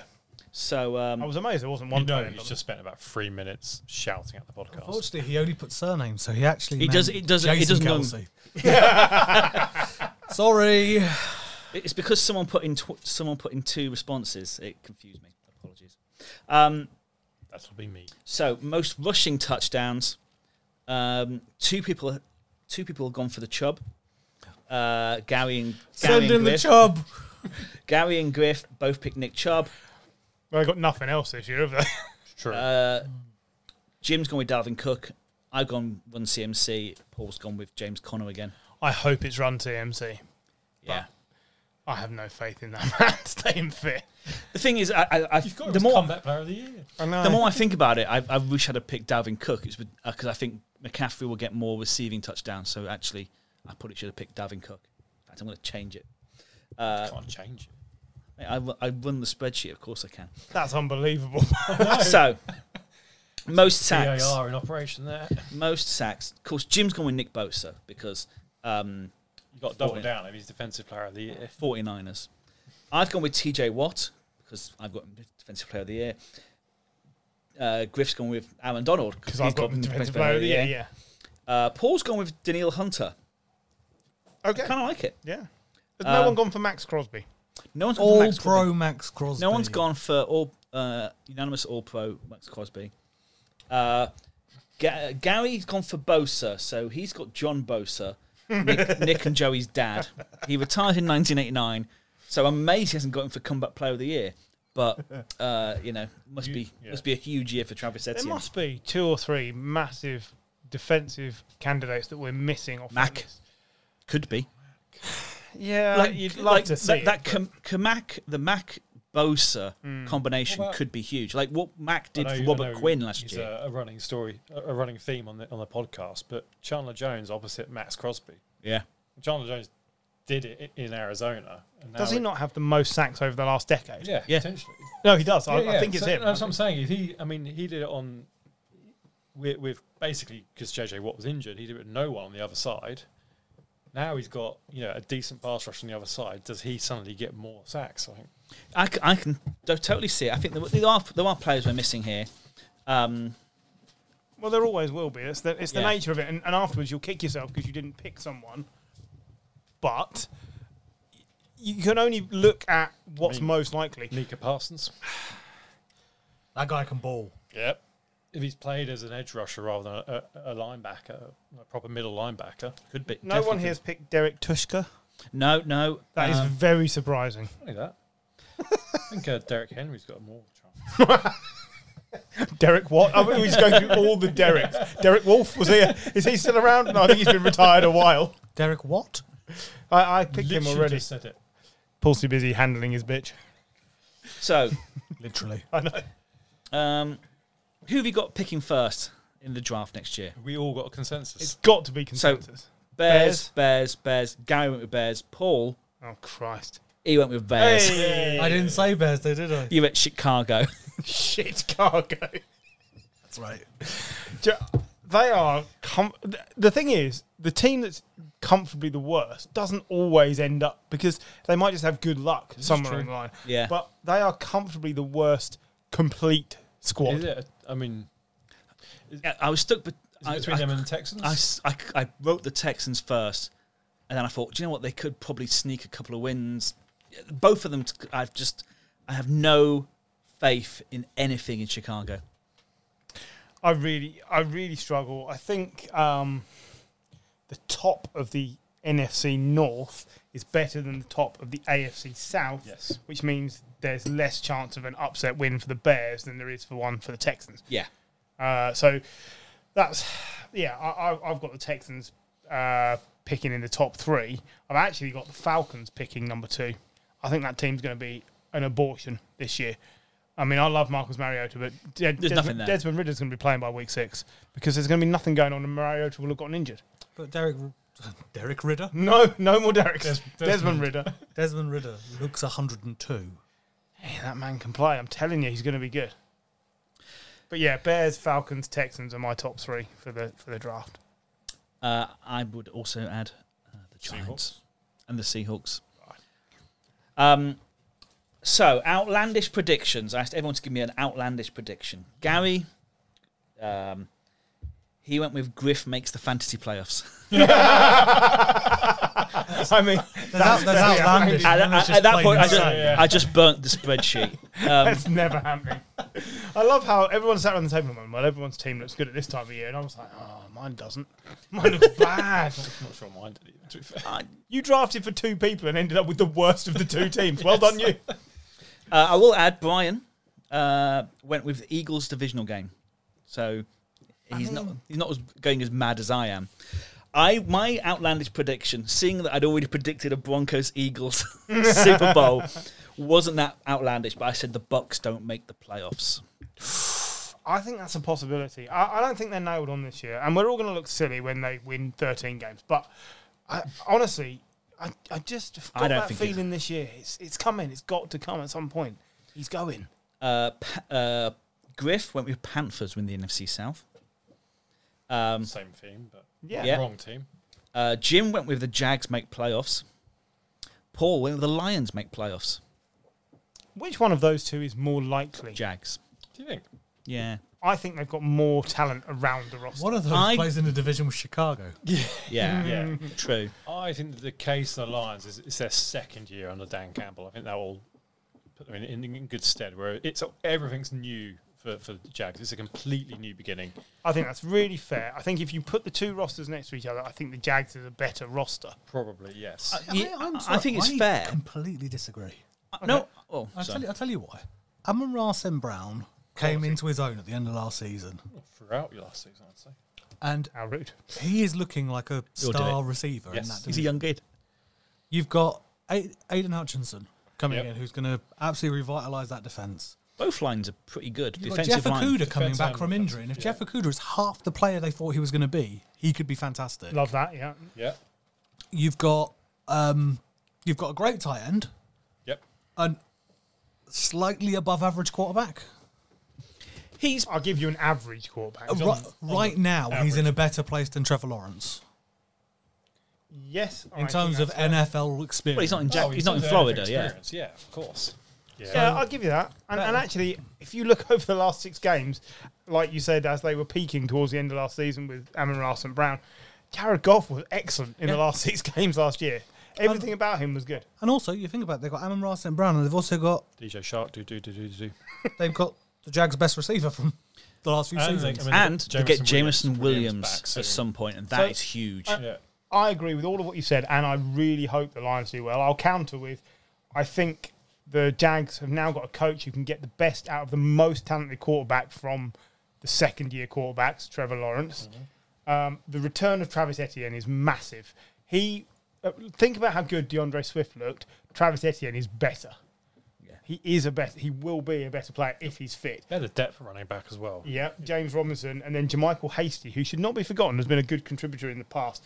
B: So um,
C: I
D: Oh.
C: was amazed there wasn't one.
A: You know,
C: tight end
A: he's
C: on
A: just spent about three minutes shouting at the podcast.
D: Unfortunately, he only put surnames, so he actually.
B: He
D: meant
B: does- he does- he
D: Jason
B: does know-
D: Kelsey. Sorry.
B: It's because someone put in tw- someone put in two responses. It confused me. Apologies. Um,
A: That'll be me.
B: so most rushing touchdowns. Um, two people, two people have gone for the Chubb. Uh, Gary and Gary
D: Send
B: and,
D: in the
B: Griff.
D: chub.
B: Gary and Griff both picked Nick Chubb.
C: them. Well, they got nothing else this year, have they?
A: True.
B: Uh, Jim's gone with Dalvin Cook. I've gone Run CMC. Paul's gone with James Connor again.
C: I hope it's run TMC.
B: Yeah.
C: I have no faith in that man staying fit.
B: The thing is, I, I, I
A: You've got
B: the more
A: comeback player of the year.
C: I know.
B: the more I think about it, I, I wish I'd have picked Dalvin Cook because I think McCaffrey will get more receiving touchdowns. So actually, I probably should have picked Dalvin Cook. In fact, I'm going to change it. Uh,
A: Can't change it.
B: I, I run the spreadsheet, of course I can.
C: That's unbelievable.
B: So, most sacks.
A: VAR in operation there.
B: Most sacks. Of course, Jim's going with Nick Bosa because um,
A: You got to double down if he's defensive player of the year.
B: 49ers. I've gone with TJ Watt because I've got him Defensive Player of the Year. Uh, Griff's gone with Aaron Donald
C: Because I've got defensive player of the year. Yeah.
B: Uh, Paul's gone with Daniil Hunter.
C: Okay.
B: Kind of like it.
C: Yeah. Has no
B: Um,
C: one gone for Max Crosby?
B: No one's gone for
D: All
B: Max Crosby.
D: pro Max Crosby.
B: No one's gone for all uh, unanimous all pro Max Crosby. Uh, Ga- Gary's gone for Bosa, so he's got John Bosa, Nick, Nick and Joey's dad. He retired in 1989, so I'm amazed he hasn't gotten for comeback player of the year. But uh, you know, must
A: You-
B: be
A: yeah.
B: must be a huge year for Travis
C: There
B: Etienne.
C: must be two or three massive defensive candidates that we're missing off.
B: Mac.
C: the list.
B: Could be
C: Yeah, you'd love to see
B: that,
C: it,
B: that
C: but-
B: Kam- Kamak the Mac Bosa combination
A: What about-
B: could be huge. Like what Mac
A: I
B: did
A: know-
B: for
A: I
B: Robert
A: know uh,
B: Quinn last
A: it's
B: year.
A: A, a running story, a, a running theme on the on the podcast. But Chandler Jones opposite Max Crosby.
B: yeah.
A: Chandler Jones did it i- in Arizona. And now
C: Does he
A: it-
C: not have the most sacks over the last decade?
A: Yeah,
B: Yeah.
A: potentially.
C: No, he does. I,
A: Yeah,
C: I
A: yeah.
C: think it's
A: So
C: him.
A: That's what I'm saying. If he, I mean, he did it on with, with basically because JJ Watt was injured. He did it with no one on the other side. Now he's got you know a decent pass rush on the other side. Does he suddenly get more sacks? I think.
B: I, c- I can t- totally see it. I think there, there are there are players we're missing here. Um,
C: Well, there always will be. It's the, it's the
B: Yeah.
C: nature of it. And, and afterwards, you'll kick yourself because you didn't pick someone. But you can only look at what's
A: mean-
C: most likely.
A: Nika Parsons.
D: That guy can ball.
A: Yep. If he's played as an edge rusher rather than a, a, a linebacker, a proper middle linebacker,
B: could be
C: No one here's picked Derek Tushka.
B: No, no.
C: That is
B: um,
C: very surprising.
A: Funny that. I think uh, Derek Henry's got more chance.
C: Derek Watt. I mean, we just go through all the Derricks. Derek Wolf was here. Is he still around? No, I think he's been retired a while.
D: Derek Watt?
C: I, I picked him
A: Literally
C: already.
A: just said it.
C: Paul's too busy handling his bitch.
B: so.
D: Literally.
C: I know.
B: Um, who have you got picking first in the draft next year?
A: We all got a consensus.
C: It's got to be consensus.
B: Bears, Bears, Bears. Gary went with Bears. Paul,
C: oh Christ!
B: he went with Bears.
C: Hey.
D: I didn't say Bears, though, did I?
B: You went Chicago.
C: Shit, cargo.
D: That's right.
C: Ju- They are. Com- th- the thing is, the team that's comfortably the worst doesn't always end up because they might just have good luck somewhere
A: true.
C: along the line.
B: Yeah.
C: But they are comfortably the worst complete squad.
A: Is it? I mean,
B: I- I was stuck, but
A: is it
B: I,
A: between
B: I-
A: them and the Texans.
B: I s- I c- I wrote the Texans first, and then I thought, do you know what? They could probably sneak a couple of wins. Both of them, t- I've just, I have no faith in anything in Chicago.
C: I really, I really struggle. I think um, the top of the NFC North is better than the top of the AFC South,
A: Yes.
C: which means there's less chance of an upset win for the Bears than there is for one for the Texans.
B: Yeah.
C: Uh, so that's yeah. I, I, I've got the Texans uh, picking in the top three. I've actually got the Falcons picking number two. I think that team's going to be an abortion this year. I mean, I love Marcus Mariota, but Des-
B: There's
C: Desmond,
B: nothing there.
C: Desmond Ridder's going to be playing by week six because there's going to be nothing going on, and Mariota will have gotten injured.
D: But Derek, Derek Ritter,
C: No, no more Derek.
A: Des-
C: Desmond. Ritter.
D: Desmond Ritter looks 102.
C: Hey, that man can play. I'm telling you, he's going to be good. But yeah, Bears, Falcons, Texans are my top three for the for the draft.
B: Uh, I would also add uh, the Giants and the Seahawks. Um, so outlandish predictions. I asked everyone to give me an outlandish prediction. Gary, um, he went with Griff makes the fantasy playoffs.
C: I mean,
D: That's, that's outlandish.
B: at, at-
D: That's just
B: at that
D: plain
B: point, I just,
D: insane.
A: yeah.
B: I just burnt the spreadsheet. Um,
C: that's never happening. I love how everyone sat around the table and went, well, everyone's team looks good at this time of year. And I was like, oh, mine doesn't. Mine looks bad.
A: I'm not sure mine did either. To be fair.
B: I,
C: You drafted for two people and ended up with the worst of the two teams. Well done, you.
B: Uh, I will add Brian uh, went with the Eagles divisional game, so he's not he's not as going as mad as I am. I my outlandish prediction, seeing that I'd already predicted a Broncos Eagles Super Bowl, wasn't that outlandish. But I said the Bucks don't make the playoffs.
C: I think that's a possibility. I, I don't think they're nailed on this year, and we're all going to look silly when they win 13 games. But I, honestly, I, I just have got
B: I don't
C: that
B: think it-
C: feeling this year. It's it's coming. It's got to come at some point. He's going.
B: Uh, pa- uh, Griff went with Panthers win the NFC South. Um,
A: Same theme, but
C: Yeah.
B: Yeah.
A: wrong team.
B: uh, Jim went with the Jags make playoffs. Paul went with the Lions make playoffs.
C: Which one of those two is more likely?
B: Jags.
A: Do you think?
B: Yeah.
C: I think they've got more talent around the roster.
D: One of those
B: I-
D: plays in the division with Chicago.
B: Yeah.
A: Yeah.
B: True.
A: I think that the case of the Lions is it's their second year under Dan Campbell. I think that will put them in, in, in good stead. Where it's everything's new for, for the Jags. It's a completely new beginning.
C: I think that's really fair. I think if you put the two rosters next to each other, I think the Jags is a better roster.
A: Probably yes.
B: Yeah,
D: I'm
B: I- I
D: sorry,
B: think it's fair.
D: completely disagree.
B: No. Oh,
D: I tell
B: sorry.
D: you, I tell you why. Amon Rasen Brown came into his own at the end of last season,
A: Throughout your last season, I'd say.
D: and
C: How rude.
D: he is looking like a
B: He'll do
D: star
B: it.
D: receiver
A: Yes.
D: in that
B: He's a
D: division.
B: young kid.
D: You've got A- Aiden Hutchinson coming
A: Yep.
D: in, who's going to absolutely revitalise that defence.
B: Both lines are pretty good.
D: You've got
B: Defensive
D: Jeff
B: line.
D: Okuda coming
A: Defensive
D: back from
A: line,
D: injury, and if
A: defensive,
D: Jeff Okuda is half the player they thought he was going to be, he could be fantastic.
C: Love that. Yeah.
A: Yeah.
D: You've got um, you've got a great tight end,
A: Yep.
D: and slightly above average quarterback.
B: He's
C: I'll give you an average quarterback.
D: Ri- right now, he's in a better place than Trevor Lawrence
C: Yes.
D: in terms of NFL experience.
B: well, he's not in Jack,
A: Oh,
B: he's not in
A: had
B: Florida. Yeah.
A: experience. Yeah, of course.
C: Yeah, I'll give you that. And, and actually, if you look over the last six games, like you said, as they were peaking towards the end of last season with Amon Ross and Brown, Jared Goff was excellent in the last six games last year.
D: Um,
C: Everything about him was good.
D: And also, you think about it, they've got Amon Ross and Brown, and they've also got
A: DJ Shark, do do do do do.
D: they've got the Jags' best receiver from the last few
A: And they-
D: seasons.
A: I mean,
B: And
A: they've
B: you
A: got
B: get Jameson Williams,
A: back soon.
B: at some point, and that
C: So-
B: is huge.
A: Yeah.
C: I agree with all of what you said, and I really hope the Lions do well. I'll counter with, I think the Jags have now got a coach who can get the best out of the most talented quarterback from the second year quarterbacks, Trevor Lawrence. Um, the return of Travis Etienne is massive. He uh, think about how good DeAndre Swift looked. Travis Etienne is better. He is a better. He will be a better player if he's fit.
A: They had a depth running back as well.
C: Yeah, James Robinson, and then Jermichael Hasty, who should not be forgotten, has been a good contributor in the past.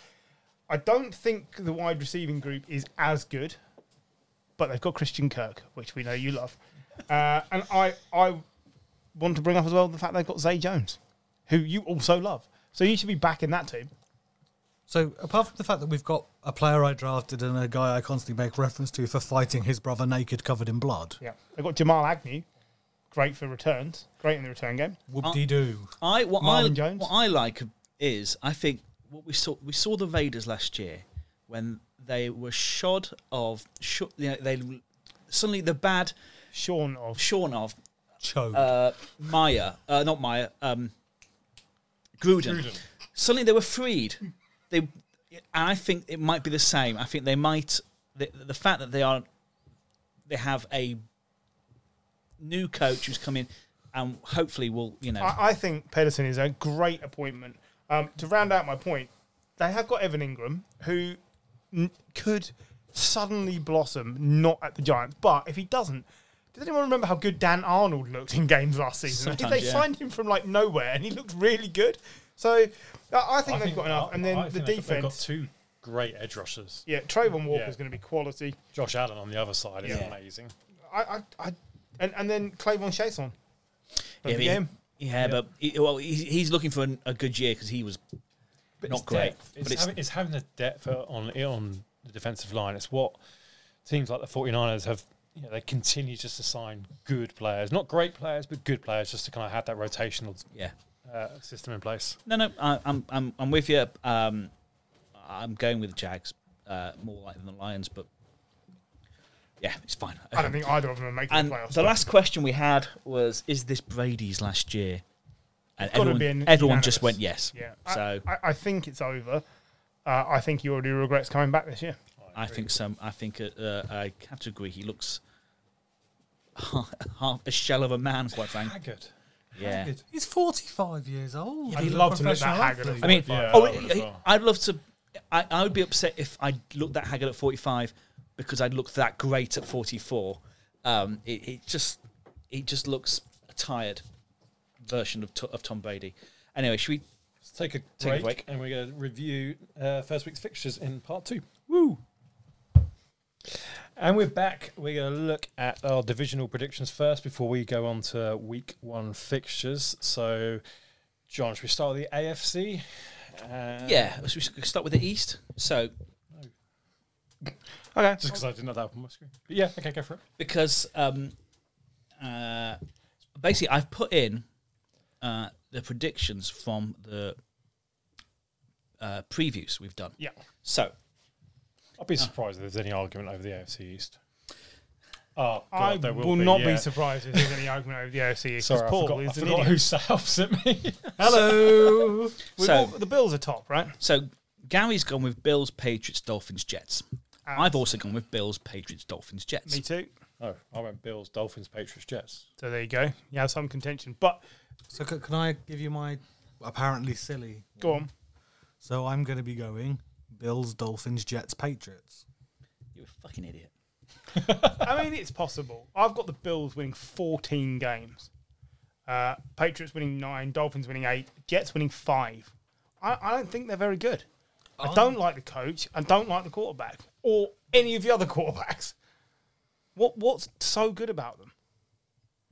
C: I don't think the wide receiving group is as good, but they've got Christian Kirk, which we know you love. Uh, and I, I want to bring up as well the fact they've got Zay Jones, who you also love. So you should be back in that team.
D: So, apart from the fact that we've got a player I drafted and a guy I constantly make reference to for fighting his brother naked, covered in blood,
C: Yeah, they've got Jamal Agnew, great for returns, great in the return game.
D: whoop de doo.
B: I what I
C: Marvin Jones.
B: what I like is I think what we saw we saw the Raiders last year when they were shod of sh- you know, they suddenly the bad
C: Sean of
B: shorn of
D: Choked.
B: uh, Maya, uh, not Maya, um, Gruden. Suddenly they were freed. They, and I think it might be the same. I think they might the, the fact that they are they have a new coach who's come in and hopefully will you know
C: I, I think Pedersen is a great appointment. Um, to round out my point, they have got Evan Ingram, who n- could suddenly blossom, not at the Giants, but if he doesn't, does anyone remember how good Dan Arnold looked in games last season? Did
B: Sometimes,
C: they
B: yeah.
C: find him from like nowhere and he looked really good? So I- I think they've got enough. And then
A: I
C: the
A: think they've got- They've got
C: defense.
A: two great edge rushers.
C: Yeah, Trayvon Walker's
A: Yeah.
C: going to be quality.
A: Josh Allen on the other side is
B: Yeah.
A: amazing.
C: I, I, I and, and then Clavon Chason.
B: Yeah, but,
C: him.
B: he- ah, yeah, but he, well, he's, he's looking for an, a good year because he was
A: But
B: Not
A: it's
B: great,
A: Depth.
B: but
A: It's,
B: it's-
A: having, it's having the depth on on the defensive line. It's what teams like the 49ers have. You know, they continue just to sign good players, not great players, but good players, just to kind of have that rotational
B: yeah.
A: uh, system in place.
B: No, no, I, I'm I'm I'm with you. Um, I'm going with the Jags uh, more like than the Lions, but yeah, it's fine.
C: I don't think either of them are making
B: And
C: the playoffs.
B: the last question we had was, "Is this Brady's last year?" And
C: gotta
B: everyone,
C: be an
B: everyone just
C: unanimous.
B: went yes.
C: yeah,
B: So
C: I, I, I think it's over. Uh, I think he already regrets coming back this year.
B: I, think some. I think uh, uh, I have to agree. He looks half, half a shell of a man, quite frankly.
A: Haggard.
B: Yeah.
A: Haggard.
D: He's 45 years old.
C: I'd
D: He's a
C: love to look that
D: professional
C: haggard.
D: athlete.
B: I mean,
A: 45,
B: oh,
A: I would as well.
B: I, would love to. I, I would be upset if I looked that haggard at 45 because I'd looked that great at 44. Um, it, it just it just looks a tired version of, to, of Tom Brady. Anyway, should we?
A: Let's take a break,
B: Take a break.
A: and we're going to review uh, first week's fixtures in part two.
B: Woo!
A: And we're back. We're going to look at our divisional predictions first before we go on to week one fixtures. So, John, should we start with the AFC? Uh,
B: Yeah, so we should start with the East. So
C: Okay,
A: Just because I didn't have that up on my screen. But yeah, okay, go for it.
B: because um, uh, basically I've put in uh, the predictions from the uh, previews we've done.
C: yeah,
B: So
A: I'd be surprised if there's any argument over the AFC East. Oh, God,
C: I
A: there
C: will,
A: will,
C: not
A: yeah.
C: be surprised if there's any argument over the AFC because
A: Sorry, I
C: Paul
A: forgot, I
C: is an
A: forgot
C: idiot.
A: who helps at me.
C: Hello. We've
B: So-
C: all- the Bills are top, right?
B: so Gary's gone with Bills, Patriots, Dolphins, Jets. I've also gone with Bills, Patriots, Dolphins, Jets.
C: Me too.
A: oh, I went Bills, Dolphins, Patriots, Jets.
C: So there you go. You have some contention, but
D: So c- can I give you my apparently silly?
C: go on.
D: So I'm going to be going Bills, Dolphins, Jets, Patriots.
B: You're a fucking idiot.
C: I mean, it's possible. I've got the Bills winning 14 games, uh, Patriots winning nine, Dolphins winning eight, Jets winning five. I, I don't think they're very good. I don't like the coach. I don't like the quarterback or any of the other quarterbacks. What what's so good about them?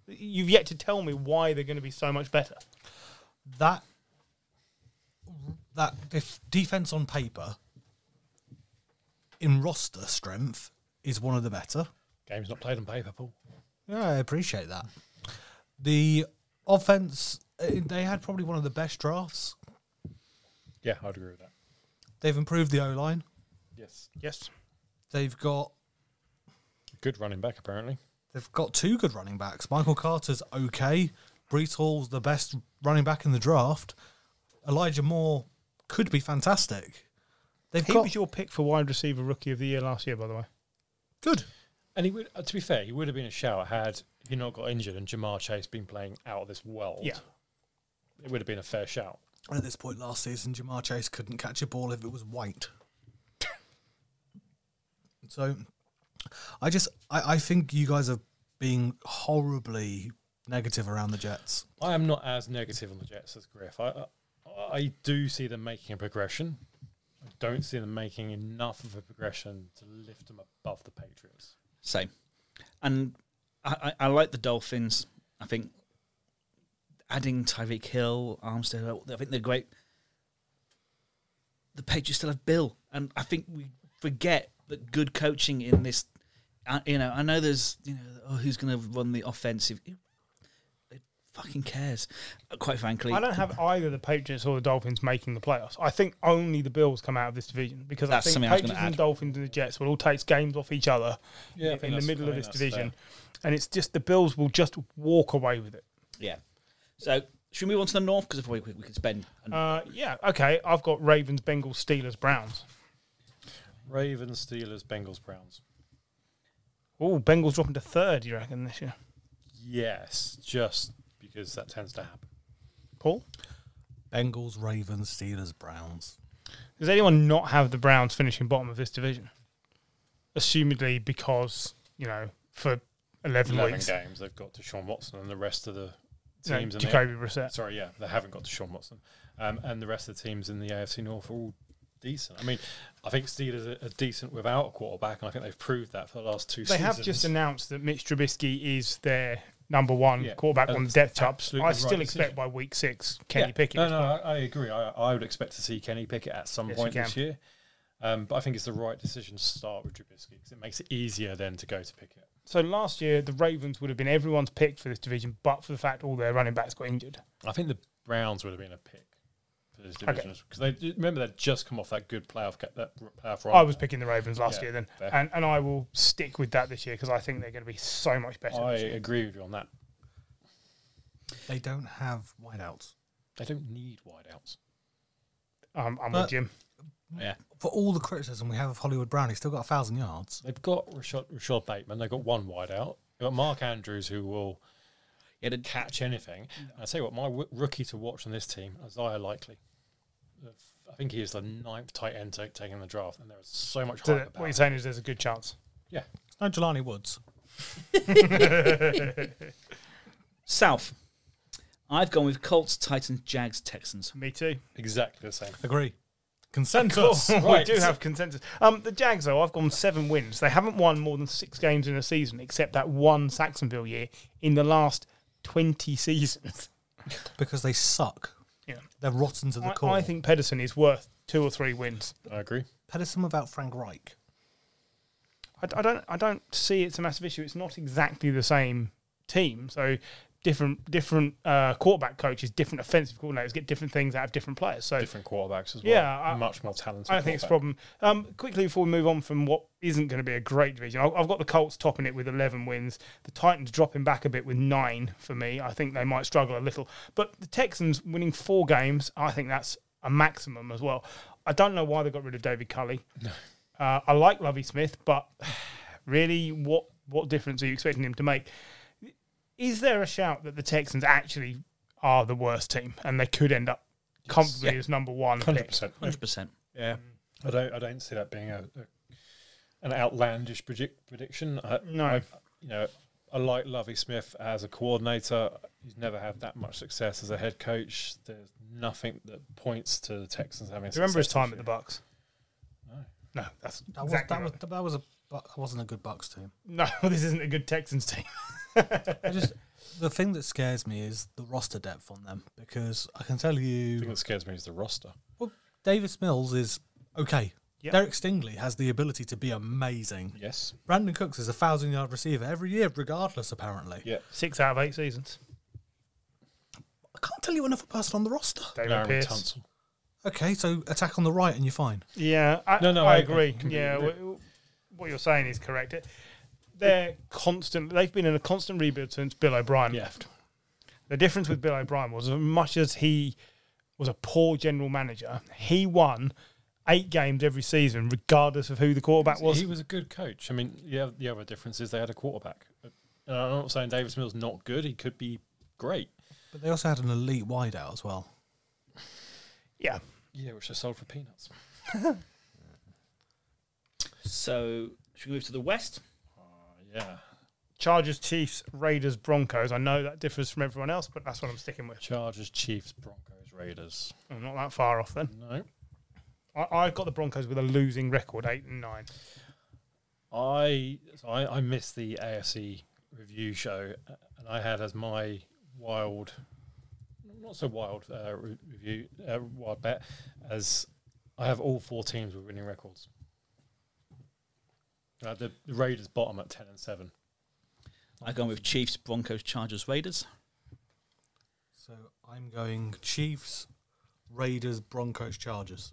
C: You've yet to tell me why they're going to be so much better.
D: That that def- defense on paper in roster strength is one of the better.
A: Game's not played on paper, Paul.
D: Yeah, I appreciate that. The offense uh, they had probably one of the best drafts.
A: Yeah, I'd agree with that.
D: They've improved the O line.
A: Yes.
C: Yes.
D: They've got
A: Good running back, apparently.
D: They've got two good running backs. Michael Carter's okay. Brees Hall's the best running back in the draft. Elijah Moore could be fantastic. They've
C: He
D: got
C: was your pick for wide receiver rookie of the year last year, by the way.
D: good.
A: And he would, uh, to be fair, he would have been a shout had he not got injured and Jamar Chase been playing out of this world.
C: Yeah.
A: it would have been a fair shout.
D: And at this point last season, Jamar Chase couldn't catch a ball if it was white. so, I just I, I think you guys are being horribly negative around the Jets.
A: I am not as negative on the Jets as Griff. I, I, I do see them making a progression. I don't see them making enough of a progression to lift them above the Patriots.
B: Same. And I, I, I like the Dolphins. I think adding Tyreek Hill, Armstead, I think they're great. The Patriots still have Bill, and I think we forget that good coaching in this. I you know, I know there's you know oh, who's going to run the offensive. Who fucking cares? Uh, Quite frankly,
C: I don't have either the Patriots or the Dolphins making the playoffs. I think only the Bills come out of this division because
B: That's
C: I think
B: something I was
C: Patriots
B: gonna
C: and
B: add.
C: Dolphins and the Jets will all take games off each other
A: Yeah, I
C: in
A: think
C: the
A: that's-
C: middle
A: I
C: of
A: think
C: this
A: that's
C: division, and it's just the Bills will just walk away with it.
B: yeah. So should we move on to the North because if we, we could spend an
C: Uh, yeah, okay. I've got Ravens, Bengals, Steelers, Browns.
A: Ravens, Steelers, Bengals, Browns.
C: Oh, Bengals dropping to third, you reckon this year?
A: Yes, just because that tends to happen.
C: Paul,
D: Bengals, Ravens, Steelers, Browns.
C: does anyone not have the Browns finishing bottom of this division? Assumedly because you know for eleven,
A: 11
C: weeks.
A: games they've got to Sean Watson and the rest of the
C: you know,
A: teams in the
C: Jacoby Brissett.
A: sorry, yeah, they haven't got to Sean Watson. Um, and the rest of the teams in the AFC North are all decent. I mean, I think Steelers are, are decent without a quarterback, and I think they've proved that for the last two
C: They
A: seasons.
C: have just announced that Mitch Trubisky is their number one
A: Yeah,
C: quarterback on
A: that's
C: the depth chart. I
A: absolutely right
C: still expect
A: decision.
C: by week six, Kenny
A: Yeah.
C: Pickett.
A: No,
C: is
A: no,
C: playing.
A: I, I agree. I, I would expect to see Kenny Pickett at some
C: Yes,
A: point
C: you
A: this year. Um, but I think it's the right decision to start with Trubisky because it makes it easier then to go to Pickett.
C: So last year, the Ravens would have been everyone's pick for this division, but for the fact all their running backs got injured.
A: I think the Browns would have been a pick for this
C: Okay.
A: division because they remember they'd just come off that good playoff ca- that playoff run.
C: I was picking the Ravens last
A: Yeah,
C: year then,
A: fair.
C: and, and I will stick with that this year because I think they're going to be so much better.
A: I
C: this year.
A: agree with you on that.
D: They don't have wideouts.
A: They don't need wideouts.
C: Um, I'm
D: But-
C: with Jim.
A: Yeah,
D: For all the criticism we have of Hollywood Brown, he's still got a thousand yards.
A: they've got Rashad, Rashad Bateman. They've got one wideout. They've got Mark Andrews who will
B: He had a-
A: catch anything. And I tell you what, my w- rookie to watch on this team, Isaiah Likely. I think he is the ninth tight end to taking the draft, and there is so much
C: So
A: hype
C: that-
A: about.
C: what you're
A: him.
C: saying is there's a good chance.
A: Yeah,
D: No Jelani Woods.
B: South. I've gone with Colts, Titans, Jags, Texans.
C: Me too.
A: exactly the same.
D: Agree. Consensus.
A: Right.
C: We do have consensus. Um, the Jags, though, I've gone seven wins. They haven't won more than six games in a season, except that one Saxonville year in the last 20 seasons.
D: Because they suck.
C: Yeah.
D: They're rotten to the
C: I,
D: core.
C: I think Pedersen is worth two or three wins.
A: I agree.
D: Pedersen without Frank Reich.
C: I, I don't I don't see it's a massive issue. It's not exactly the same team, so different different uh, quarterback coaches, different offensive coordinators get different things out of different players. So
A: Different quarterbacks as well.
C: Yeah, I-
A: much more talented.
C: I don't think it's a
A: quarterback.
C: problem. Um, quickly before we move on from what isn't going to be a great division, I- I've got the Colts topping it with 11 wins. The Titans dropping back a bit with nine for me. I think they might struggle a little. But the Texans winning four games, I think that's a maximum as well. I don't know why they got rid of David Culley. Uh, I like Lovey Smith, but really, what what difference are you expecting him to make? Is there a shout that the Texans actually are the worst team and they could end up comfortably as number one?
A: Hundred
C: pick?
A: percent.
B: 100%.
A: Yeah, I don't. I don't see that being a, a an outlandish predict, prediction. I,
C: No.
A: I, you know, I like Lovey Smith as a coordinator. He's never had that much success as a head coach. There's nothing that points to the Texans having.
C: Do you remember his
A: success
C: time at the
A: this
C: Bucks?
A: No.
C: No, that's
D: That was
C: exactly
D: that was
C: right.
D: that was a that wasn't a good Bucks team.
C: No, this isn't a good Texans team.
D: I just the thing that scares me is the roster depth on them because I can tell
A: year. The thing
D: you,
A: that scares me is the roster.
D: well, Davis Mills is okay.
C: Yep.
D: Derek Stingley has the ability to be amazing.
A: Yes.
D: Brandon Cooks is a thousand yard receiver every year, regardless. Apparently,
A: Yeah.
C: Six out of eight seasons.
D: I can't tell you another person on the roster.
C: David
A: Darren
C: Pierce.
A: Tunsil.
D: Okay, so attack on the right and you're fine.
C: Yeah, I,
A: No, no,
C: I,
A: I- I
C: agree.
A: completely
C: yeah,
A: agree.
C: wh- wh- what you're saying is correct. It- They're constant. They've been in a constant rebuild since Bill O'Brien
A: Yeah.
C: left. The difference with Bill O'Brien was, as much as he was a poor general manager, he won eight games every season, regardless of who the quarterback was.
A: he was a good coach. I mean, yeah. The other difference is they had a quarterback. And I'm not saying Davis Mills not good. He could be great.
D: But they also had an elite wideout as well.
C: yeah,
A: Yeah, which they sold for peanuts.
B: So, should we move to the West?
A: Oh, Yeah.
C: Chargers, Chiefs, Raiders, Broncos. I know that differs from everyone else, but that's what I'm sticking with.
A: Chargers, Chiefs, Broncos, Raiders.
C: I'm not that far off then.
A: No.
C: I, I've got the Broncos with a losing record, eight and nine.
A: I so I, I missed the AFC review show, uh, and I had as my wild, not so wild uh, re- review, uh, wild bet, as I have all four teams with winning records. Uh, the, the Raiders bottom at ten and seven.
B: I've gone with Chiefs, Broncos, Chargers, Raiders.
D: So I'm going Chiefs, Raiders, Broncos, Chargers.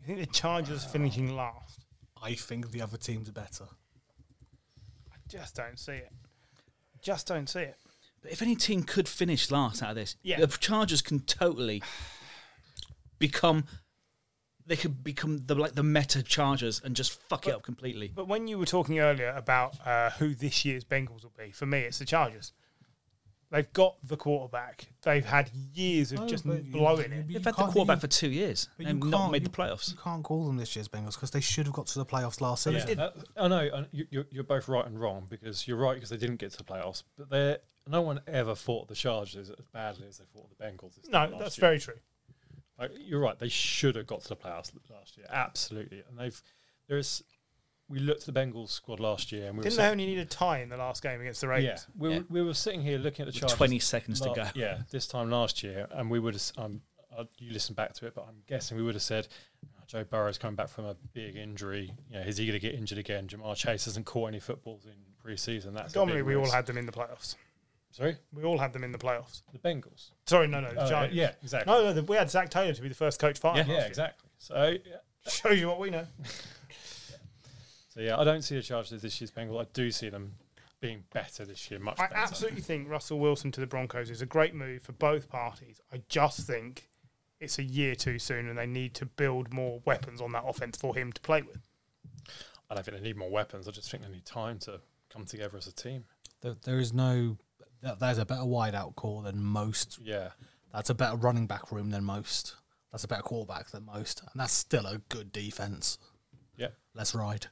C: You think the Chargers are finishing last?
D: I think the other teams are better.
C: I just don't see it. Just don't see it.
B: But if any team could finish last out of this,
C: Yeah.
B: the Chargers can totally become. They could become the like the meta Chargers and just fuck it up completely.
C: But when you were talking earlier about uh, who this year's Bengals will be, for me, it's the Chargers. They've got the quarterback. They've had years of
A: Oh,
D: No,
C: just
D: Oh, but you-
C: blowing
D: you-
C: it.
B: They've
D: you
B: had the
D: can't-
B: quarterback
D: you-
B: for two years
D: but you
B: and not
D: can't-
B: made
D: you-
B: the playoffs.
D: You can't call them this year's Bengals because they should have got to the playoffs last
A: Yeah,
D: season.
A: that- I know uh, you, you're, you're both right and wrong because you're right because they didn't get to the playoffs, but they're no one ever fought the Chargers as badly as they fought the Bengals. this time
C: No,
A: last
C: that's
A: year.
C: very true.
A: Like, you're right. They should have got to the playoffs l- last year. Absolutely. And they've there is. We looked at the Bengals squad last year, and we
C: Didn't
A: were
C: they
A: saying,
C: only need a tie in the last game against the
A: yeah,
C: Ravens?
A: we,
B: Yeah.
A: Were, we were sitting here looking at the
B: With
A: Chargers.
B: 20 seconds to
A: la-
B: go.
A: Yeah, this time last year, and we would have. Um, uh, you listen back to it, but I'm guessing we would have said "Ah, Joe Burrow's coming back from a big injury. You know, is he going to get injured again? Jamar Chase hasn't caught any footballs in preseason. That's a
C: Dominantly,
A: big
C: we all
A: risk.
C: had them in the playoffs.
A: Sorry,
C: We all had them in the playoffs.
A: the Bengals.
C: Sorry, no, no, the
A: Oh,
C: Giants.
A: yeah, exactly.
C: No, no, the, we had Zach Taylor to be the first coach fired.
A: yeah, exactly. So,
C: Shows you what we know.
A: so yeah, I don't see the Chargers this year's Bengals. I do see them being better this year, much
C: I
A: better.
C: absolutely think Russell Wilson to the Broncos is a great move for both parties. I just think it's a year too soon, and they need to build more weapons on that offense for him to play with.
A: I don't think they need more weapons. I just think they need time to come together as a team.
D: There, there is no. That, that is a better wideout call than most.
A: Yeah,
D: That's a better running back room than most. That's a better quarterback than most, and that's still a good defense.
A: yeah.
D: Let's ride.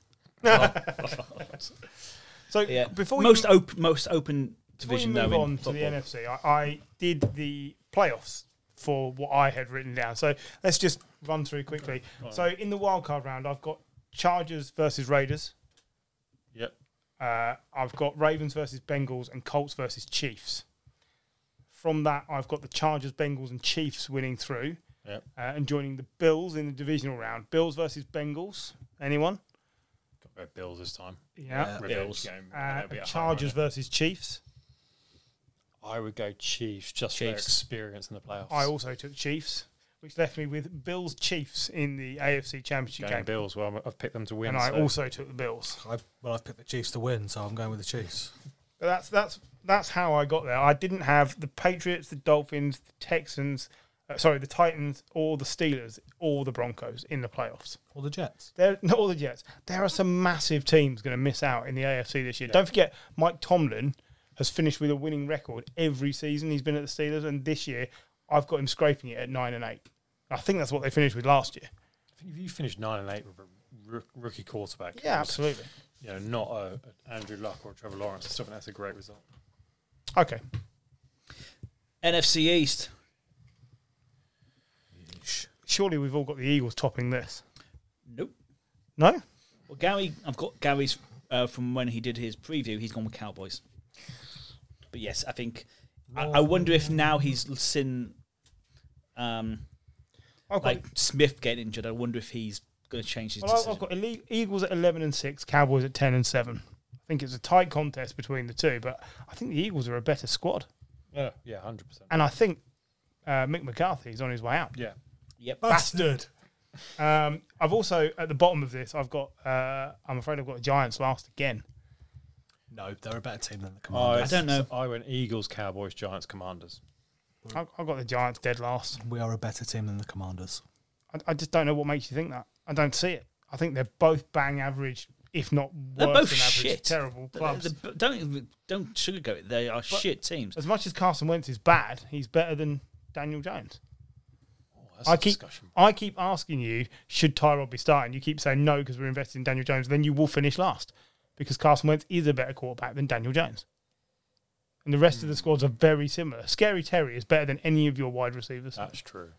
C: So
B: Yeah.
C: before we
B: most open, most open
C: Before we
B: division though.
C: move
B: in
C: on to the
B: football.
C: NFC, I, I did the playoffs for what I had written down. So let's just run through quickly. So in the wildcard round, I've got Chargers versus Raiders.
A: Yep.
C: Uh, I've got Ravens versus Bengals and Colts versus Chiefs. From that, I've got the Chargers, Bengals, and Chiefs winning through
A: Yep.
C: uh, and joining the Bills in the divisional round. Bills versus Bengals. Anyone?
A: Got to go Bills this time.
C: Yeah.
A: Revenge
B: Bills.
A: game.
C: Uh,
A: It'll be at home,
C: Chargers
A: won't
C: versus Chiefs.
A: it? I would go Chiefs just for their
B: Chiefs.
A: experience in the playoffs.
C: I also took Chiefs, which left me with Bills Chiefs in the AFC Championship
A: Going
C: game.
A: Bills. Well, I've picked them to win.
C: And I
A: so-
C: also took the Bills.
D: I, well, I've picked the Chiefs to win, so I'm going with the Chiefs.
C: But that's that's that's how I got there. I didn't have the Patriots, the Dolphins, the Texans, uh, sorry, the Titans, or the Steelers, or the Broncos in the playoffs.
D: Or the Jets.
C: There, not all the Jets. There are some massive teams going to miss out in the AFC this year. Don't forget, Mike Tomlin has finished with a winning record every season he's been at the Steelers, and this year I've got him scraping it at nine and eight. I think that's what they finished with last year.
A: I think if you finish nine and eight with a roo- rookie quarterback,
C: Yeah,
A: who's,
C: absolutely.
A: You know, not a, an Andrew Luck or a Trevor Lawrence. I still think that's a great result.
C: Okay.
B: NFC East.
C: Surely we've all got the Eagles topping this.
B: Nope.
C: No?
B: Well, Gary, I've got Gary's uh, from when he did his preview. He's gone with Cowboys. But yes, I think I, I wonder if now he's seen um,
C: I've got,
B: like Smith getting injured. I wonder if he's going to change his
C: well, I've-
B: decision.
C: I've got Ele- Eagles at 11 and 6, Cowboys at 10 and 7. I think it's a tight contest between the two, but I think the Eagles are a better squad.
A: Yeah, yeah, hundred percent.
C: And I think uh, Mick McCarthy is on his way out.
A: Yeah,
B: yep.
C: Bastard. Um, I've also, at the bottom of this, I've got, uh, I'm afraid I've got the Giants last again.
D: No, they're a better team than the Commanders.
B: don't know.
A: I went Eagles, Cowboys, Giants, Commanders.
C: I've, I've got the Giants dead last.
D: we are a better team than the Commanders.
C: I, I just don't know what makes you think that. I don't see it. I think they're both bang average, if not worse
B: They're
C: than
B: both
C: average.
B: shit.
C: Terrible
B: But
C: clubs.
B: the- but don't don't sugarcoat it. They are shit teams.
C: as much as Carson Wentz is bad, he's better than Daniel Jones.
A: Oh, that's
C: I
A: a
C: keep
A: discussion.
C: I keep asking you, should Tyrod be starting? You keep saying no because we're invested in Daniel Jones. Then you will finish last because Carson Wentz is a better quarterback than Daniel Jones. And the rest of the squads are very similar. Scary Terry is better than any of your wide receivers.
A: That's true.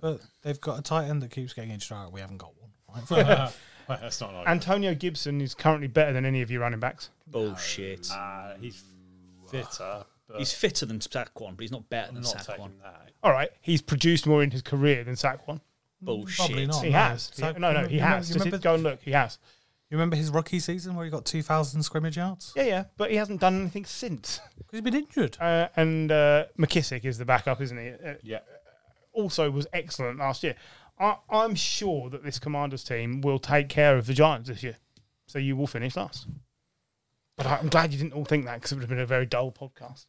D: But they've got a tight end that keeps getting injured out. We haven't got one.
A: Well, that's not an argument.
C: Antonio Gibson is currently better than any of your running backs.
B: Bullshit.
A: Uh, he's fitter, but
B: He's fitter than Saquon, but he's not better
A: I'm
B: than
A: not
B: Saquon.
A: taking that.
C: All right, he's produced more in his career than Saquon.
B: Bullshit.
D: Probably not.
C: He
D: no.
C: has.
D: So-
C: no, no, he
D: you
C: has.
D: remember-
C: Just
D: you, remember,
C: go and look. He has.
D: you remember his rookie season where he got 2,000 scrimmage yards?
C: Yeah, yeah, but he hasn't done anything since.
D: Because he's been injured.
C: Uh, and uh, McKissick is the backup, isn't he? Uh,
A: Yeah,
C: also was excellent last year. I, I'm sure that this Commanders team will take care of the Giants this year, so you will finish last. But I- I'm glad you didn't all think that because it would have been a very dull podcast.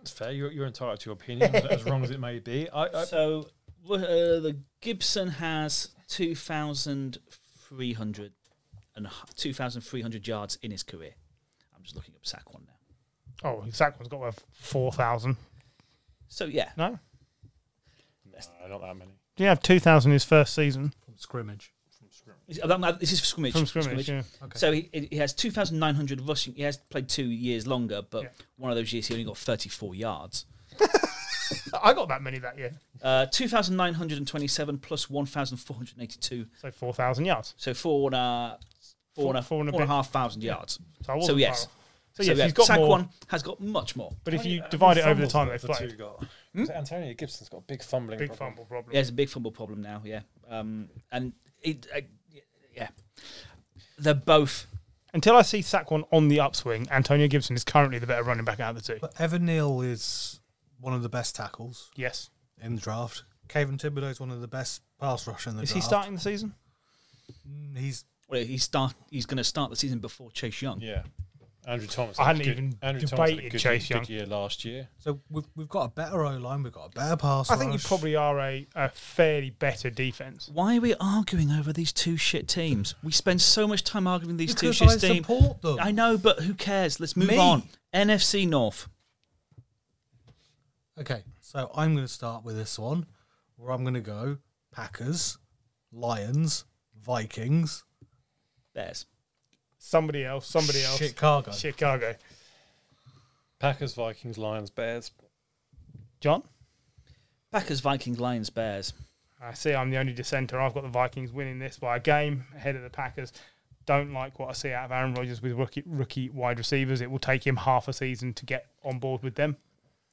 A: it's fair. You're, you're entitled to your opinion, as wrong as it may be. I, I,
B: So uh, the Gibson has 2,300 and h- 2,300 yards in his career. I'm just looking up Saquon now.
C: Oh, Saquon's got worth four thousand.
B: So yeah,
C: No,
A: no, not that many
C: did he have two thousand his first season?
D: From scrimmage.
A: from scrimmage.
B: This this is for scrimmage.
C: From
B: for
C: scrimmage, yeah.
D: Okay.
B: So he, he has 2,900 rushing. He has played two years longer, but
C: Yeah.
B: one of those years he only got 34 yards.
C: I got that many that year.
B: Uh, 2,927 plus 1,482.
C: So 4,000 yards.
B: So four and a, four and a,
C: Four and a
B: four and a
C: bit.
B: half thousand yards.
C: So, I wasn't
B: So
C: far
B: yes.
C: off. So yes,
B: yeah,
C: he's got more.
B: Saquon has got much more.
C: But if you
A: Antonio-
C: divide it
A: how
C: over
A: many
C: the time
A: uh, fumbles
C: they've
A: have the
C: played,
A: two
C: Hmm?
A: got. Is it Antonio Gibson's got a big fumbling.
C: big
A: problem.
C: fumble problem.
B: Yeah, it's a big fumble problem now. Yeah, um, and it, I, yeah, they're both.
C: Until I see Saquon on the upswing, Antonio Gibson is currently the better running back out of the two.
D: But Evan Neal is one of the best tackles
C: Yes.
D: in the draft. Kevin Thibodeau is one of the best pass rushers in the
C: Is
D: draft.
C: he
D: Mm,
C: starting the season?
D: He's
B: Well, he start. He's going to start the season before Chase Young.
A: Yeah. Andrew Thomas.
C: I
A: had a
C: hadn't
A: good-
C: even
A: Andrew Thomas had a
C: debated
A: good,
C: Chase
A: good
C: Young.
A: year last year.
D: so we've we've got a better O line. We've got a better pass.
C: I think you
D: rush.
C: probably are a, a fairly better defense.
B: Why are we arguing over these two shit teams? We spend so much time arguing these
D: because
B: two
D: I
B: shit teams.
D: support them.
B: I know, but who cares? Let's move
D: Me.
B: on. NFC North.
D: Okay, so I'm going to start with this one, where I'm going to go Packers, Lions, Vikings,
B: Bears.
C: Somebody else, somebody else.
D: Chicago.
C: Chicago.
A: Packers, Vikings, Lions, Bears.
C: John?
B: Packers, Vikings, Lions, Bears.
C: I see I'm the only dissenter. I've got the Vikings winning this by a game ahead of the Packers. Don't like what I see out of Aaron Rodgers with rookie, rookie wide receivers. It will take him half a season to get on board with them.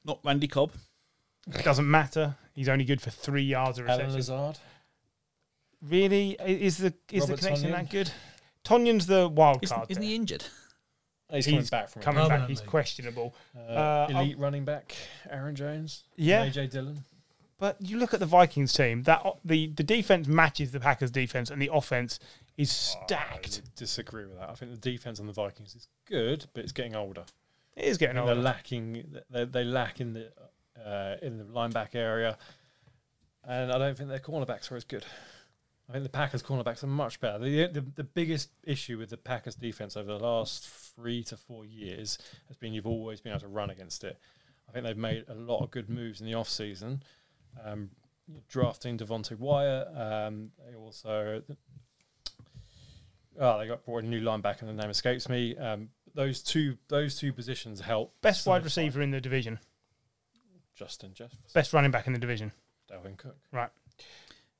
B: Not Randy Cobb.
C: It doesn't matter. He's only good for three yards of
A: Alan
C: reception.
A: Lazard.
C: Really? I- Is the is
A: Robert
C: the connection
A: Tonyan?
C: that good? Tonyan's the wild
B: Isn't,
C: card.
B: isn't
C: there.
B: he injured?
A: He's,
C: He's
A: coming back from
C: Coming back, he's
D: Permanently.
C: questionable.
A: it. Uh,
C: Uh,
A: elite running back Aaron Jones.
C: Yeah.
A: AJ Dillon.
C: But you look at the Vikings team. That o- the the defense matches the Packers defense, and the offense is
A: Oh,
C: stacked.
A: I would disagree with that. I think the defense on the Vikings is good, but it's getting older.
C: It is getting
A: And they're
C: older.
A: lacking. They, they lack in the uh, in the lineback area, and I don't think their cornerbacks are as good. I think the Packers cornerbacks are much better. The, the the biggest issue with the Packers defense over the last three to four years has been you've always been able to run against it. I think they've made a lot of good moves in the off season, um, drafting Devontae Wyatt. Um, they also oh, they got brought in a new linebacker, and the name escapes me. Um, those two those two positions help
C: Best wide
A: solidify
C: receiver in the division.
A: Justin Jefferson,
C: Best running back in the division.
A: Dalvin Cook,
C: Right.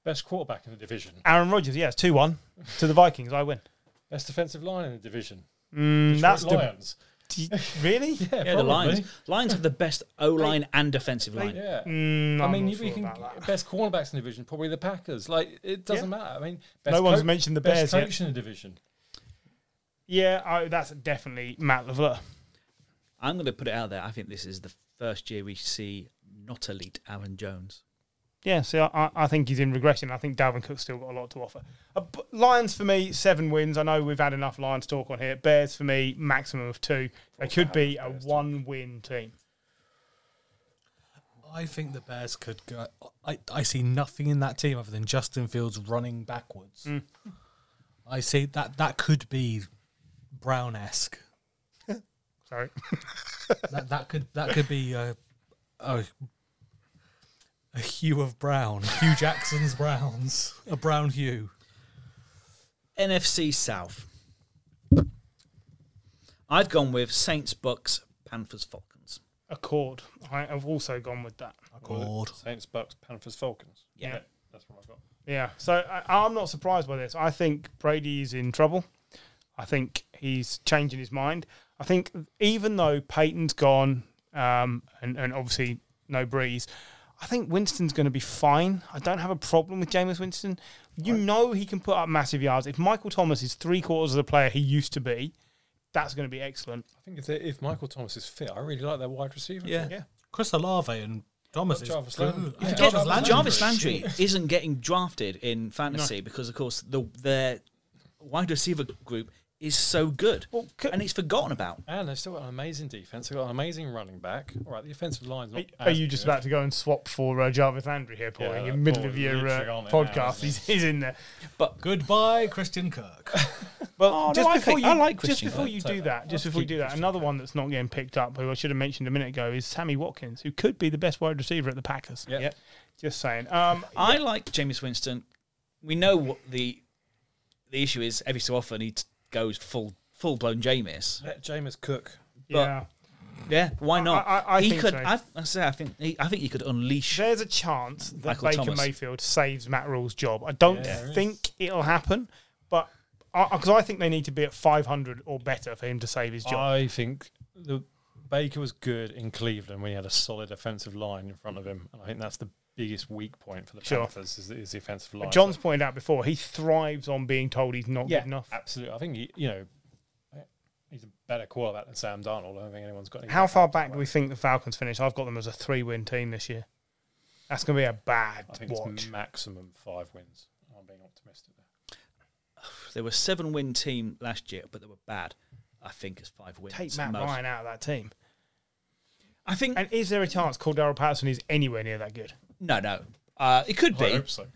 A: best quarterback in the division,
C: Aaron Rodgers, yes, two one to the Vikings. I win.
A: best defensive line in the division.
C: Mm, that's
A: That's
C: the,
A: Lions.
C: really.
A: yeah,
B: yeah, the Lions. Lions have the best O line and defensive
C: they-
B: line.
A: Yeah.
C: Mm,
A: I
C: I'm
A: mean,
C: not
A: you
C: sure
A: we can
C: about that.
A: best cornerbacks in the division, probably the Packers. Like it doesn't matter. I mean, best
C: No one's
A: coach-
C: mentioned the
A: best
C: Bears yet.
A: coach in the division.
C: Yeah, I, that's definitely Matt Lafleur.
B: I'm going to put it out there. I think this is the first year we see not elite Aaron Jones.
C: Yeah, so I, I think he's in regression. I think Dalvin Cook's still got a lot to offer. Uh, but Lions for me, seven wins. I know we've had enough Lions talk on here. Bears for me, maximum of two. They could be a one-win team.
D: I think the Bears could go. I, I see nothing in that team other than Justin Fields running backwards.
A: Hmm.
D: I see that that could be Brown esque.
C: Sorry,
D: that, that could that could be a, a a hue of brown, Hugh Jackson's Browns, a brown hue.
B: NFC South. I've gone with Saints, Bucks, Panthers, Falcons.
C: accord. I have also gone with that.
D: God,
A: Saints, Bucks, Panthers, Falcons.
B: Yeah.
A: that's what I've got.
C: Yeah, so I, I'm not surprised by this. I think Brady is in trouble. I think he's changing his mind. I think even though Peyton's gone um, and, and obviously no Breeze, I think Winston's going to be fine. I don't have a problem with Jameis Winston. You know he can put up massive yards. If Michael Thomas is three quarters of the player he used to be, that's going to be excellent.
A: I think if, they, if Michael Thomas is fit, I really like their wide receiver.
B: Yeah.
C: Yeah.
D: Chris Olave and Thomas is
A: Jarvis
D: good.
A: Landry. Yeah.
D: And
A: Jarvis
B: Jarvis Landry,
A: Landry.
C: Oh,
B: isn't getting drafted in fantasy because, of course, the their wide receiver group is so good,
C: Well, c-
B: and it's forgotten about.
A: And they've still got an amazing defense. They've got an amazing running back. All right, the offensive line's
C: Are,
A: not.
C: are
A: as
C: you just
A: Oh, good.
C: about to go and swap for uh, Jarvis Landry here, Paul?
A: Yeah,
C: in
A: that
C: the middle
A: Paul
C: of
A: is
C: your
A: literally
C: uh,
A: on it now, isn't
C: podcast,
A: he?
C: he's, he's in there.
D: Goodbye, Christian Kirk.
C: Well,
B: Oh, no,
C: just
B: I
C: before
B: think-
C: you,
B: I like
C: just
B: Christian
C: before
A: Kirk.
C: you
A: Take
C: do
A: that.
C: that,
A: Let's
C: just before you
A: keep
C: do that,
A: Christian
C: another
A: Kirk.
C: one that's not getting picked up, who I should have mentioned a minute ago, is Sammy Watkins, who could be the best wide receiver at the Packers.
A: Yep.
C: Just saying. Um,
B: I like Jameis Winston. We know what the the issue is every so often he t- goes full full blown Jameis.
A: Let Jameis cook.
C: yeah.
B: Yeah, why not?
C: I- I- I
B: he
C: think
B: could.
C: so.
B: I, I say, I think. He, I think he could unleash.
C: There's a chance that
B: Michael
C: Baker
B: Thomas.
C: Mayfield saves Matt Rule's job. I don't
A: Yeah, there
C: think it'll happen, but because I, think they need to be at 500 or better for him to save his job.
A: I think the Baker was good in Cleveland when he had a solid offensive line in front of him, and I think that's the biggest weak point for the
C: Sure.
A: Panthers is, is the offensive line.
C: John's pointed out before he thrives on being told he's not
A: Oh, yeah,
C: good enough.
A: absolutely. I think he, you know he's a better quarterback than Sam Darnold. I don't think anyone's got any.
C: How far back do we think the Falcons finish? I've got them as a three-win team this year. That's going to be a bad
A: I think
C: watch.
A: it's maximum five wins. I'm being optimistic. there.
B: They were a seven win team last year, but they were bad. I think it's five wins.
C: Take
B: at
C: Matt
B: most.
C: Ryan out of that team.
B: I think
C: And is there a chance Cordero Patterson is anywhere near that good?
B: no, no. Uh, it could
A: I
B: be,
A: hope so.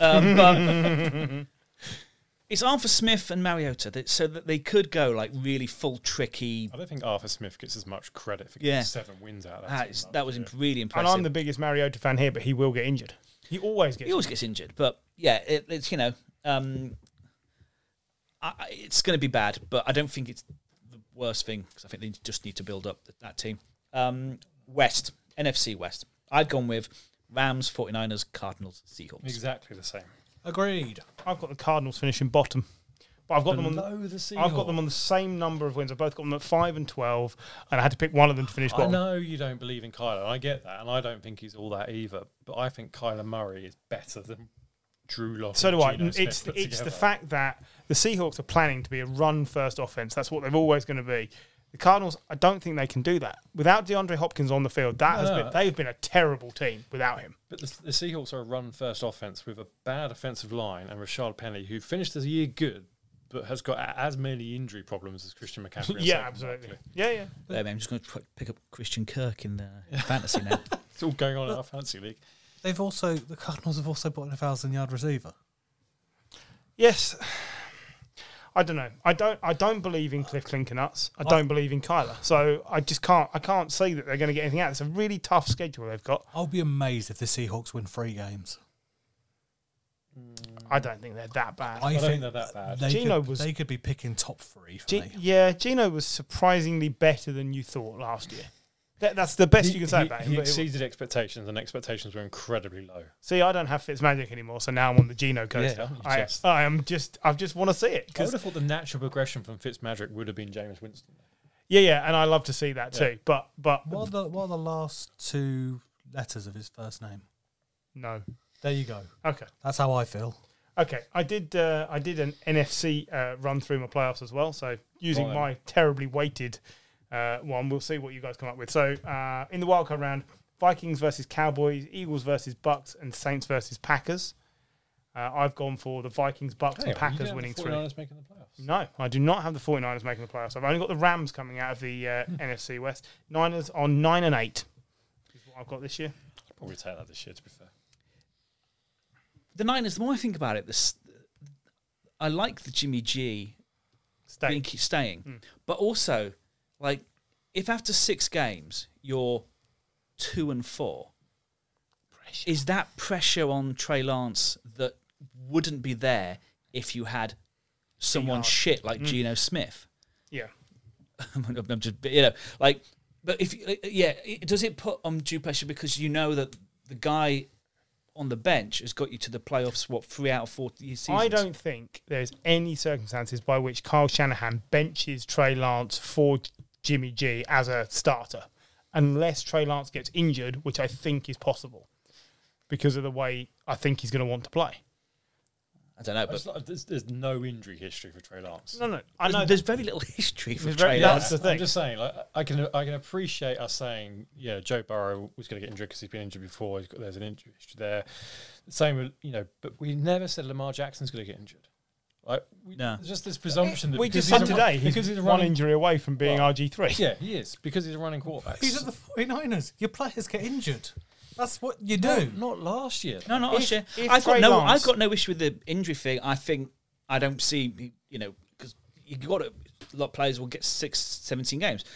B: um, but it's Arthur Smith and Mariota, that, so that they could go like really full tricky.
A: I don't think Arthur Smith gets as much credit for
B: Yeah.
A: getting seven wins out of that.
B: Ah,
A: team
B: it's-
A: last
B: that was
A: year.
B: imp- really
C: And
B: impressive.
C: I'm the biggest Mariota fan here, but he will get injured. He always gets.
B: he always gets injured, but yeah, it, it's you know, um, I, I- it's going to be bad, but I don't think it's the worst thing because I think they just need to build up th- that team. Um, West NFC West. I've gone with Rams, 49ers, Cardinals, Seahawks.
A: exactly the same.
D: Agreed.
C: I've got the Cardinals finishing bottom, but I've got them on. The,
A: Below the
C: I've got them on the same number of wins. I've both got them at five and twelve, and I had to pick one of them to finish
A: I
C: bottom.
A: know you don't believe in Kyler, and I get that, and I don't think he's all that either. But I think Kyler Murray is better than Drew Lock.
C: So do I.
A: Geno
C: It's
A: Smith
C: it's
A: put
C: the
A: together.
C: fact that the Seahawks are planning to be a run-first offense. That's what they're always going to be. The Cardinals, I don't think they can do that without DeAndre Hopkins on the field. That has
A: No.
C: been they've been a terrible team without him.
A: But the, the Seahawks are a run-first offense with a bad offensive line and Rashad Penny, who finished the year good, but has got a- as many injury problems as Christian McCaffrey. and
C: yeah,
A: Saquon
C: absolutely.
A: Barkley.
C: Yeah, yeah.
B: There, man, I'm just going to try pick up Christian Kirk in the fantasy now.
A: It's all going on in our fantasy league.
D: They've also the Cardinals have also bought in a thousand yard receiver.
C: Yes. I don't know. I don't. I don't believe in Cliff Clinkernuts. I don't believe in Kyler. So I just can't. I can't see that they're going to get anything out. It's a really tough schedule they've got.
D: I'll be amazed if the Seahawks win three games.
C: I don't think they're that bad.
A: Mm. I don't think they're that bad.
D: They
C: Geno
D: could,
C: was-
D: they could be picking top three for
C: G-
D: me.
C: yeah, Gino was surprisingly better than you thought last year. That, that's the best you can say
A: he,
C: about him.
A: he
C: but it-
A: exceeded expectations, and expectations were incredibly low.
C: see, I don't have Fitzmagic anymore, so now I'm on the Gino coaster.
A: you
C: I,
A: just-
C: I am just. I just want to see it
A: I
C: because
A: would have thought the natural progression from Fitzmagic would have been James Winston.
C: yeah, yeah, and I love to see that too. But but
D: What are, the, what are the last two letters of his first name?
C: no.
D: There you go.
C: Okay.
D: That's how I feel.
C: Okay, I did. Uh, I did an NFC uh, run through my playoffs as well. So using
A: Right.
C: my terribly weighted uh, one, we'll see what you guys come up with. So uh, in the wildcard round, Vikings versus Cowboys, Eagles versus Bucks, and Saints versus Packers. Uh, I've gone for the Vikings, Bucks,
A: Hang on,
C: and
A: you don't
C: Packers
A: have
C: winning
A: the
C: through.
A: 49ers making the playoffs.
C: No, I do not have the 49ers making the playoffs. I've only got the Rams coming out of the uh, NFC West. Niners are nine and eight. Is what I've got this year.
A: Probably take that this year, to be fair.
B: the Niners. The more I think about it, this I like the Jimmy G
C: Stay.
B: being keep staying.
C: Hmm.
B: But also, like, if after six games you're two and four, is that pressure on Trey Lance that wouldn't be there if you had someone
C: Geno.
B: shit like Geno Smith?
C: Yeah.
B: I'm just, you know, like, but if you- yeah, it- does it put undue pressure because you know that the guy on the bench has got you to the playoffs? What three out of four seasons?
C: I don't think there's any circumstances by which Kyle Shanahan benches Trey Lance for Jimmy G as a starter, unless Trey Lance gets injured, which I think is possible because of the way I think he's going to want to play.
B: I don't know,
A: It's
B: but
A: like- there's, there's no injury history for Trey Lance.
C: No, no, I know.
B: there's very little history for
C: There's very-
B: Trey Lance.
C: that's the thing.
A: I'm just saying, like, I can I can appreciate us saying, yeah, Joe Burrow was going to get injured because he's been injured before. He's got, there's an injury history there. Same with you know, but we never said Lamar Jackson's going to get injured. Like, we,
B: No.
A: there's just this presumption that
C: we
A: because
C: just
A: he's
C: said
A: a run-
C: today he's
A: because he's a
C: one
A: running.
C: injury away from being
A: Well,
C: RG three.
A: Yeah, he is because he's a running quarterback.
D: These are the 49ers. Your players get injured. That's what you do.
A: no, not last year.
B: No, not
C: If-
B: last year.
C: if
B: I've got
C: Trey
B: no.
C: Lance-
B: I've got no issue with the injury thing. I think I don't see. You know, because you got to, a lot of players will get six, 17 games.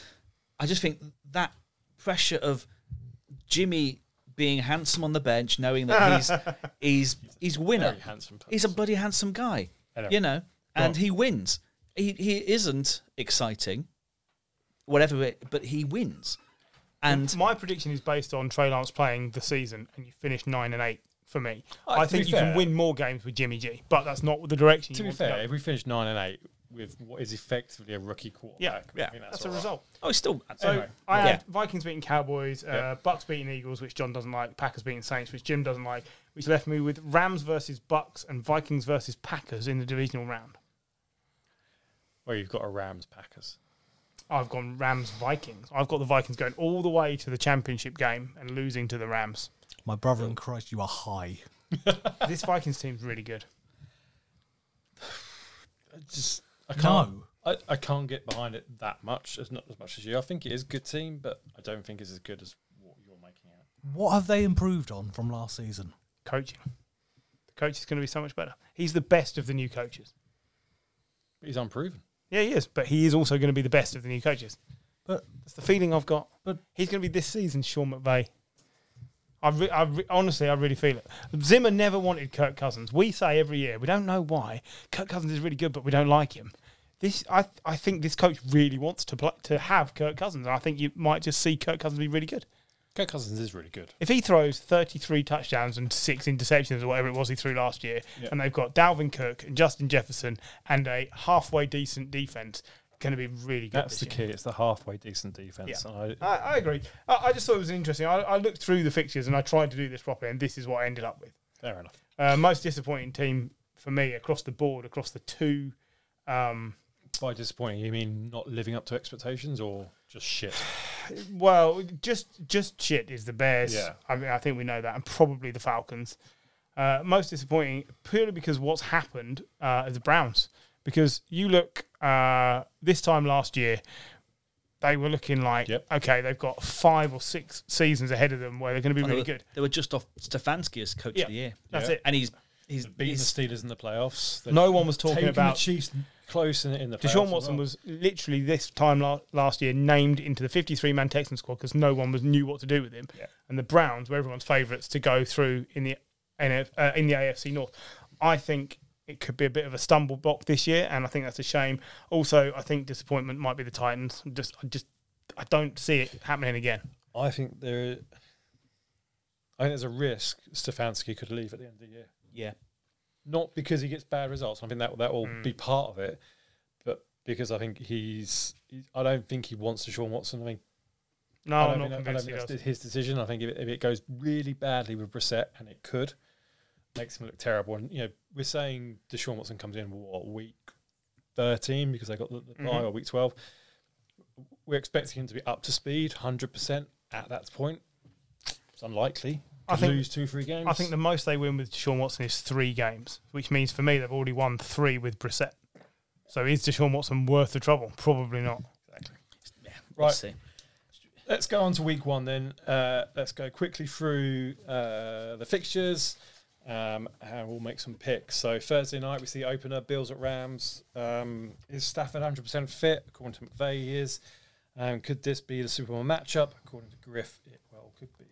B: I just think that pressure of Jimmy being handsome on the bench, knowing that he's he's he's winner.
A: Very handsome.
B: He's a bloody handsome guy.
A: I know.
B: You know, and he wins. He he isn't exciting, whatever, it, but he wins. And
C: My prediction is based on Trey Lance playing the season, and you finish nine and eight for me.
A: Uh,
C: I
A: to
C: think
A: be
C: you
A: fair-
C: can win more games with Jimmy G, but that's not the direction.
A: To
C: you
A: be
C: want
A: fair,
C: to go.
A: if we finish nine and eight with what is effectively a rookie
C: yeah,
A: quarterback, I
C: yeah,
A: think
C: that's, a
A: all right.
C: result.
B: oh, he's still
C: So
A: Anyway.
C: I
B: Yeah.
C: had Vikings beating Cowboys, uh,
A: Yeah.
C: Bucks beating Eagles, which John doesn't like, Packers beating Saints, which Jim doesn't like, which left me with Rams versus Bucks and Vikings versus Packers in the divisional round.
A: Where you've got a Rams Packers.
C: I've gone Rams Vikings. I've got the Vikings going all the way to the championship game and losing to the Rams.
D: My brother in Christ, you are high.
C: this Vikings team's really good.
A: I just I can't.
D: No.
A: I, I can't get behind it that much, as not as much as you. I think it is a good team, but I don't think it's as good as what you're making out.
D: What have they improved on from last season?
C: Coaching. The coach is going to be so much better. He's the best of the new coaches.
A: But he's unproven.
C: Yeah, he is, but he is also going to be the best of the new coaches.
D: But-
C: that's the feeling I've got.
D: but-
C: he's going to be this season, Sean McVay. I, re- I re- honestly, I really feel it. Zimmer never wanted Kirk Cousins. We say every year we don't know why Kirk Cousins is really good, but we don't like him. This, I, I think this coach really wants to pl- to have Kirk Cousins, and I think you might just see Kirk Cousins be really good.
A: Kirk Cousins is really good.
C: If he throws 33 touchdowns and six interceptions or whatever it was he threw last year,
A: Yeah.
C: and they've got Dalvin Cook and Justin Jefferson and a halfway decent defense, going to be really good.
A: That's
C: this
A: the
C: year.
A: key. It's the halfway decent defense.
C: Yeah.
A: And I,
C: I, I agree. I, I just thought it was interesting. I, I looked through the fixtures and I tried to do this properly, and this is what I ended up with.
A: fair enough.
C: Uh, most disappointing team for me across the board, across the two. Um,
A: By disappointing, you mean not living up to expectations or just shit?
C: well, just just shit is the Bears.
A: Yeah.
C: I mean, I think we know that, and probably the Falcons. Uh, most disappointing purely because what's happened uh, is the Browns. Because you look uh, this time last year, they were looking like
A: Yep.
C: okay, they've got five or six seasons ahead of them where they're going to be
B: they
C: really
B: were-
C: good.
B: They were just off Stefanski as coach
C: Yeah.
B: of the year,
C: That's
A: Yeah.
C: it.
B: and he's he's,
A: Beating the
B: he's
A: Steelers in the playoffs. They're
C: No one was talking
A: taking
C: about
A: the Chiefs close in, in the playoffs.
C: Deshaun
A: as
C: Watson
A: well.
C: was literally this time la- last year named into the 53 man Texan squad because no one was knew what to do with him.
A: Yeah.
C: And the Browns were everyone's favourites to go through in the NF, uh, in the AFC North. I think it could be a bit of a stumble block this year, and I think that's a shame. Also, I think disappointment might be the Titans. I'm just, I just, I don't see it happening again.
A: I think there. I think there's a risk Stefanski could leave at the end of the year,
B: yeah.
A: not because he gets bad results. I think that that will be part of it, but because I think he's. he- I don't think he wants Deshaun Watson. I mean,
C: No,
A: I don't
C: I'm not
A: think, that- I don't
C: convinced it
A: think that's
C: does.
A: his decision. I think if it, if it goes really badly with Brissett, and it could, makes him look terrible. And you know, we're saying Deshaun Watson comes in what week thirteen because they got the, the bye
C: Mm-hmm.
A: or week twelve. We're expecting him to be up to speed, hundred percent at that point. It's unlikely.
C: I
A: to
C: think-
A: lose two, three games.
C: I think the most they win with Deshaun Watson is three games, which means for me they've already won three with Brissett. So is Deshaun Watson worth the trouble? Probably not.
B: We'll
A: Right.
B: see.
A: Let's go on to week one then. Uh, let's go quickly through uh, the fixtures um, and we'll make some picks. So, Thursday night, we see opener Bills at Rams. Um, is Stafford 100% fit? According to McVeigh, he is. Um, could this be the Super Bowl matchup? According to Griff, it well could be.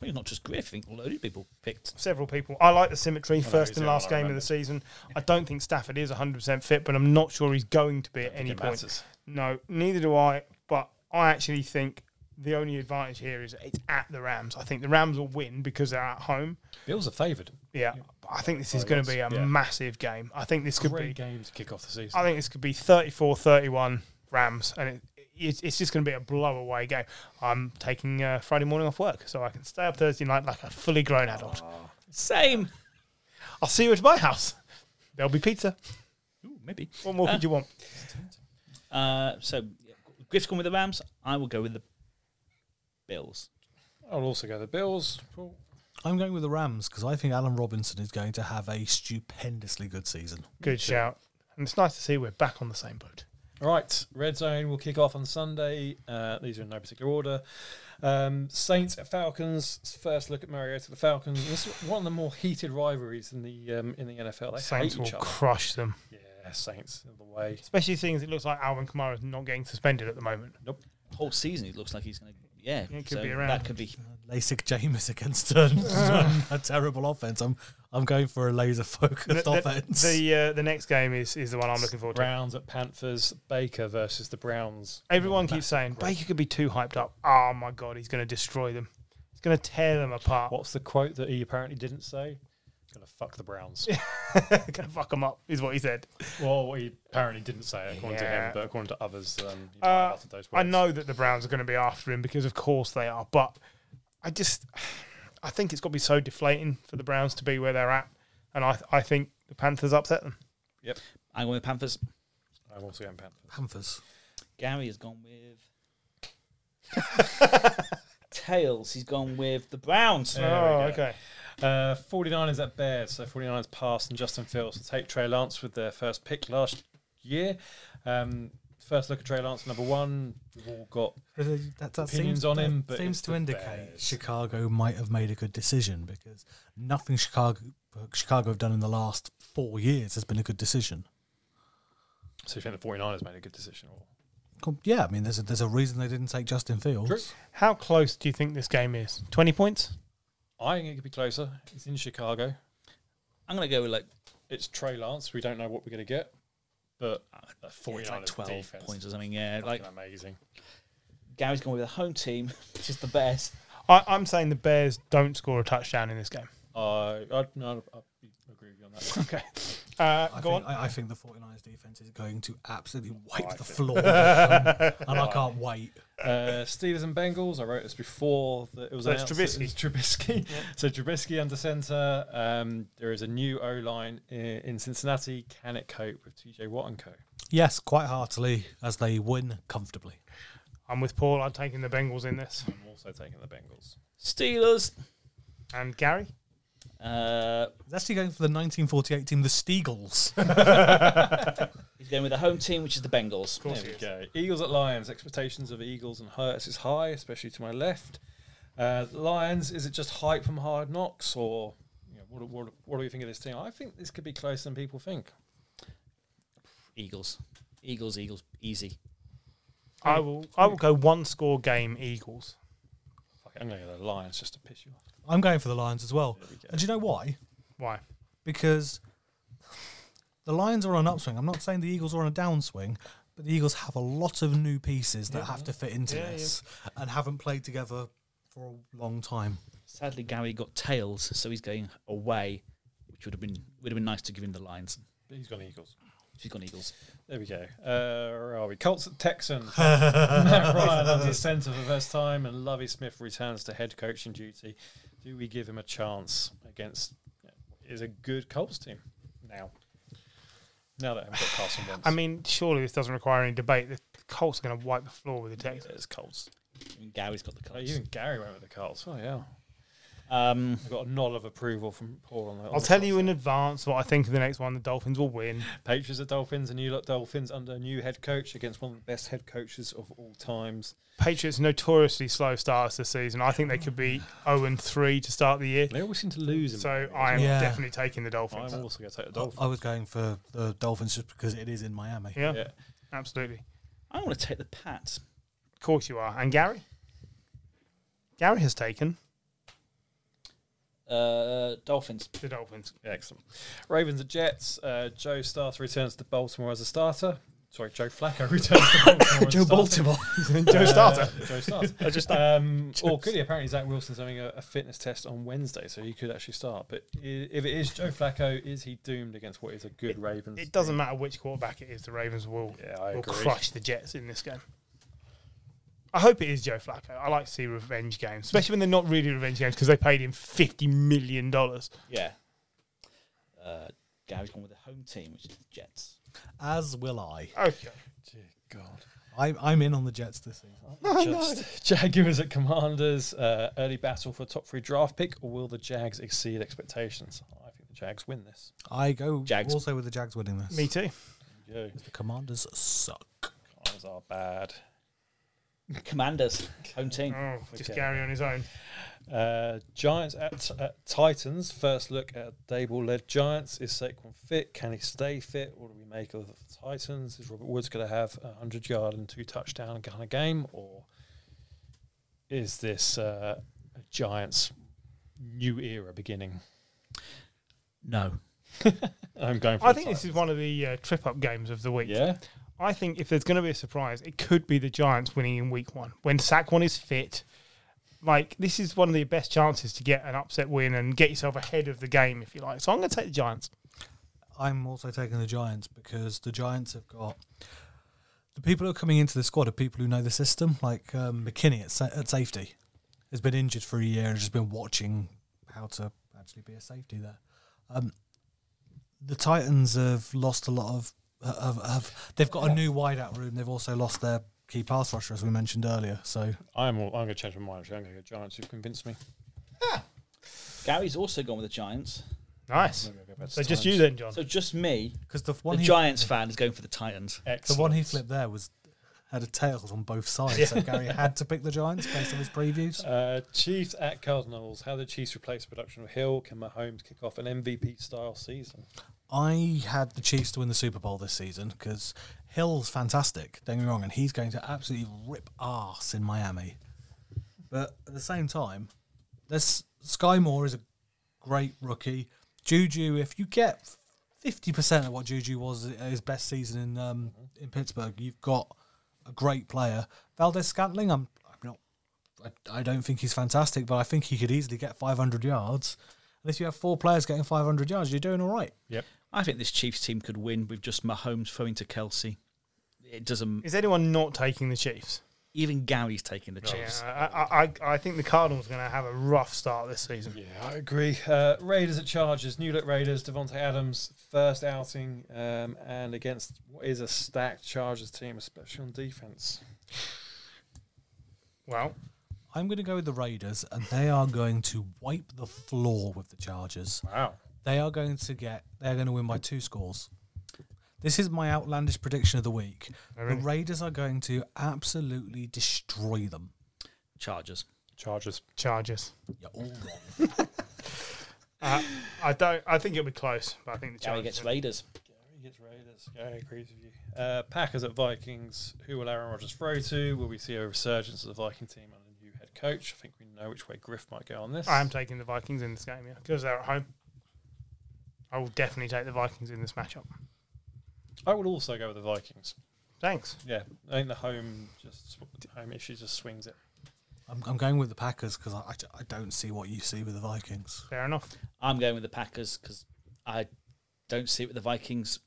B: Well, not just Griff. I think a load of people picked.
C: Several people. I like the symmetry, first
A: he's
C: and
A: the only
C: last
A: one I
C: game of
A: remember.
C: the season. I don't think Stafford is 100% fit, but I'm not sure he's going to be at any
A: It
C: point.
A: matters.
C: No, neither do I. But I actually think the only advantage here is it's at the Rams. I think the Rams will win because they're at home.
A: Bills are favoured.
C: Yeah, I think this is
A: By
C: going
A: lots,
C: to be a
A: Oh, yeah.
C: massive game. I think this could
A: Great
C: be
A: game to kick off the season.
C: I think this could be 34 31 Rams, and it, it's it's just going to be a blowaway game. I'm taking uh, Friday morning off work, so I can stay up Thursday night like a fully grown adult.
A: Ah.
B: Same.
C: I'll see you at my house. There'll be pizza.
B: Ooh, maybe.
C: What more could you want?
B: Uh, so Griff's gone with the Rams. I will go with the Bills.
A: I'll also go the Bills. Paul.
D: I'm going with the Rams because I think Alan Robinson is going to have a stupendously good season.
C: Good shout. And it's nice to see we're back on the same boat.
A: All right, Red Zone will kick off on Sunday. Uh, these are in no particular order. Um, Saints at Falcons. First look at Mariota to the Falcons. This is one of the more heated rivalries in the um, in the NFL. They
C: Saints
A: hate
C: will
A: each other.
C: crush them,
A: Yeah, Saints in the way.
C: especially seeing as it looks like Alvin Kamara is not getting suspended at the moment.
B: Whole season, he looks like he's going to yeah,
C: Yeah, it could
B: so
C: be around.
B: That could be.
D: LASIK James against a, a terrible offense. I'm I'm going for a laser
C: The,
D: focused
C: the,
D: offense.
C: the, uh, the next game is, is the one I'm looking forward to.
A: Browns at Panthers. Baker versus the Browns.
C: Everyone keeps saying
A: great.
C: Baker could be too hyped up. Oh my god, he's going to destroy them. He's going to tear them apart.
A: What's the quote that he apparently didn't say? Gonna fuck the Browns.
C: going to fuck them up is what he said.
A: well, he apparently didn't say it according to
C: Yeah.
A: him, but according to others, um, you know,
C: Uh,
A: uttered those
C: I
A: words.
C: know that the Browns are going to be after him because, of course, they are. But I just, I think it's got to be so deflating for the Browns to be where they're at, and I, I think the Panthers upset them.
B: I'm going with Panthers.
A: I'm also going Panthers.
D: Panthers.
B: Gary has gone with Tails. He's gone with the Browns.
A: There we
C: oh,
A: go.
C: okay.
A: Uh, 49ers at Bears. So 49ers passed and Justin Fields to take Trey Lance with their first pick last year. Um, first look at Trey Lance, number one. We've all got
D: That, that
A: Opinions
D: seems,
A: on
D: that
A: him, but
D: seems
A: it's
D: to
A: the
D: indicate
A: Bears.
D: Chicago might have made a good decision because nothing Chicago Chicago have done in the last four years has been a good decision.
A: So you think the 49ers made a good decision? Or
D: Com- Yeah, I mean, there's a, there's a reason they didn't take Justin Fields.
A: True.
C: How close do you think this game is? Twenty points?
A: I think it could be closer. It's in Chicago.
B: I'm going to go with like,
A: It's Trey Lance. We don't know what we're going to get, but the
B: yeah,
A: 49ers
B: it's like 12
A: defense
B: points
A: is
B: or something. Yeah, like
A: fucking amazing.
B: Gary's gone with the home team, which is the Bears.
C: I, I'm saying the Bears don't score a touchdown in this game.
A: I I, no, I agree with you on that. one.
C: Okay. Uh,
D: I
C: go
D: think,
C: on.
D: I, I think the 49ers defense is going to absolutely wipe
A: I
D: the
A: think-
D: floor, with them, and I can't wait.
A: Uh, Steelers and Bengals. I wrote this before that it was
C: So it's
A: announced. that It was Trubisky. So Trubisky under center. Um, there is a new O line in, in Cincinnati. Can it cope with TJ Watt and co?
D: Yes, quite heartily as they win comfortably.
C: I'm with Paul. I'm taking the Bengals in this.
A: I'm also taking the Bengals.
B: Steelers.
C: And Gary?
B: Uh,
D: It's actually going for the 1948 team, the Steagles.
B: he's going with the home team, which is the Bengals.
A: There we go. Eagles at Lions. Expectations of Eagles and Hurts is high, especially to my left. Uh, Lions, is it just hype from Hard Knocks, or you know, what, what, what do we think of this team? I think this could be closer than people think.
B: Eagles. Eagles, Eagles, easy.
C: I will. I will go one score game Eagles.
A: Fuck it, I'm going to go the Lions just to piss you off.
D: I'm going for the Lions as well. And do you know why?
C: Why?
D: Because the Lions are on an upswing. I'm not saying the Eagles are on a downswing, but the Eagles have a lot of new pieces that have to fit into
C: Yeah, yeah.
D: this and haven't played together for a long time.
B: Sadly, Gary got tails, so he's going away, which would have been would have been nice to give him the Lions.
A: But he's gone Eagles.
B: She's gone Eagles.
A: There we go. Uh, where are we? Colts at Texans. Matt Ryan under centre for the first time, and Lovey Smith returns to head coaching duty. Do we give him a chance against is a good Colts team now? Now that I've got Carson Wentz,
C: I mean, surely this doesn't require any debate. The Colts are going to wipe the floor with the Texans.
A: it's Colts.
B: And Gary's got the
A: Oh, you
B: Colts.
A: and Gary went with the Colts. Oh yeah,
B: Um,
A: I got a nod of approval from Paul on that.
C: I'll tell you in advance what I think of the next one. The Dolphins will win.
A: Patriots at Dolphins, and you lot Dolphins under a new head coach against one of the best head coaches of all times.
C: Patriots notoriously slow starts this season. I think they could be 0 and 3 to start the year.
A: They always seem to lose him.
C: So I am
D: Yeah.
C: definitely taking the Dolphins.
A: I'm also going to take the
D: I-
A: Dolphins.
D: I was going for the Dolphins just because it is in Miami.
C: Yeah,
A: Yeah.
C: absolutely. Of
B: I want to take the Pats.
C: course you are. And Gary? Gary has taken
B: Uh, Dolphins.
C: the Dolphins.
A: Excellent. Ravens and Jets. Uh, Joe Starter returns to Baltimore as a starter. Sorry, Joe Flacco returns to Baltimore. as a starter.
C: Joe Starter.
A: Uh, Joe Starter.
C: I just
A: Um, or could he? Apparently, Zach Wilson's having a, a fitness test on Wednesday, so he could actually start. But i- if it is Joe Flacco, is he doomed against what is a good Ravens?
C: It doesn't matter which quarterback it is, the Ravens will,
A: Yeah, I
C: will
A: agree.
C: crush the Jets in this game. I hope it is Joe Flacco. I like to see revenge games, especially when they're not really revenge games because they paid him $50 million.
B: Yeah. Uh, Gary's gone with the home team, which is the Jets.
D: As will I.
C: Okay.
A: Dear God.
D: I. I'm in on the Jets this season.
A: Just Jaguars at Commanders. Uh, early battle for top three draft pick, or will the Jags exceed expectations? I think the Jags win this.
D: I go
B: Jags.
D: also with the Jags winning this.
C: Me too.
A: Yeah,
D: The Commanders suck.
A: Commanders are bad.
B: Commanders, home team.
C: Oh, just
A: Hmm. Okay.
C: Gary on his own.
A: Uh, Giants at, at Titans. First look at Dable led Giants. Is Saquon fit? Can he stay fit? What do we make of the Titans? Is Robert Woods going to have a 100 yard and two touchdown kind of game? Or is this uh, Giants' new era beginning?
B: No.
A: I'm going for.
C: I
A: the
C: think this is
A: Titans.
C: one of the uh, trip up games of the week.
A: Yeah,
C: I think if there's going to be a surprise, it could be the Giants winning in week one when Saquon is fit. Like, this is one of the best chances to get an upset win and get yourself ahead of the game, if you like. So I'm going to take the Giants.
D: I'm also taking the Giants because the Giants have got the people who are coming into the squad are people who know the system. Like um, McKinney at, sa- at safety has been injured for a year and has just been watching how to actually be a safety there. Um, the Titans have lost a lot of. Have, have, they've got a new wideout room. They've also lost their key pass rusher, as we mentioned earlier. So
A: I'm. All, I'm going to change my mind. Actually. I'm going to go Giants. You've convinced me.
B: Gary's also gone with the Giants.
C: Nice.
A: I'm gonna go back to
C: So just
A: Titans.
C: you then, John.
B: So just me,
D: because the
B: the
D: one he,
B: Giants fan, is going for the Titans.
D: the one he
A: Excellent.
D: flipped there was had a tails on both sides. So Gary had to pick the Giants based on his previews.
A: Uh, Chiefs at Cardinals. How the Chiefs replace the production of Hill? Can Mahomes kick off an MVP style season?
D: I had the Chiefs to win the Super Bowl this season because Hill's fantastic, don't get me wrong, and he's going to absolutely rip ass in Miami. But at the same time, this Sky Moore is a great rookie. Juju, if you get fifty percent of what Juju was at his best season in um, in Pittsburgh, you've got a great player. Valdez Scantling, I'm, I'm not I, I don't think he's fantastic, but I think he could easily get 500 yards. And if you have four players getting 500 yards, you're doing all right.
A: Yep.
B: I think this Chiefs team could win with just Mahomes throwing to Kelsey. It doesn't.
C: Is anyone not taking the Chiefs?
B: Even Gary's taking the
C: Yeah,
B: Chiefs.
C: I, I, I think the Cardinals are going to have a rough start this season.
A: Yeah, I agree. Uh, Raiders at Chargers. New look Raiders. Devonte Adams first outing, um, and against what is a stacked Chargers team, especially on defense.
C: Well,
D: I'm going to go with the Raiders, and they are going to wipe the floor with the Chargers.
A: Wow.
D: They are going to get, they're going to win by two scores. This is my outlandish prediction of the week. The
C: really?
D: Raiders are going to absolutely destroy them.
B: Chargers.
A: Chargers.
C: Chargers.
D: You're all wrong.
C: Uh, I don't. I think it'll be close, but I think the
B: Gary
C: Chargers.
B: gets Raiders.
A: Gary gets Raiders. Gary agrees with you. Uh, Packers at Vikings. Who will Aaron Rodgers throw to? Will we see a resurgence of the Viking team under a new head coach? I think we know which way Griff might go on this.
C: I am taking the Vikings in this game, yeah, because they're at home. I will definitely take the Vikings in this matchup.
A: I would also go with the Vikings.
C: Thanks.
A: Yeah, I think the home just home issue just swings it.
D: I'm, I'm going with the Packers because I, I d- I don't see what you see with the Vikings.
C: Fair enough.
B: I'm going with the Packers because I don't see it with the Vikings.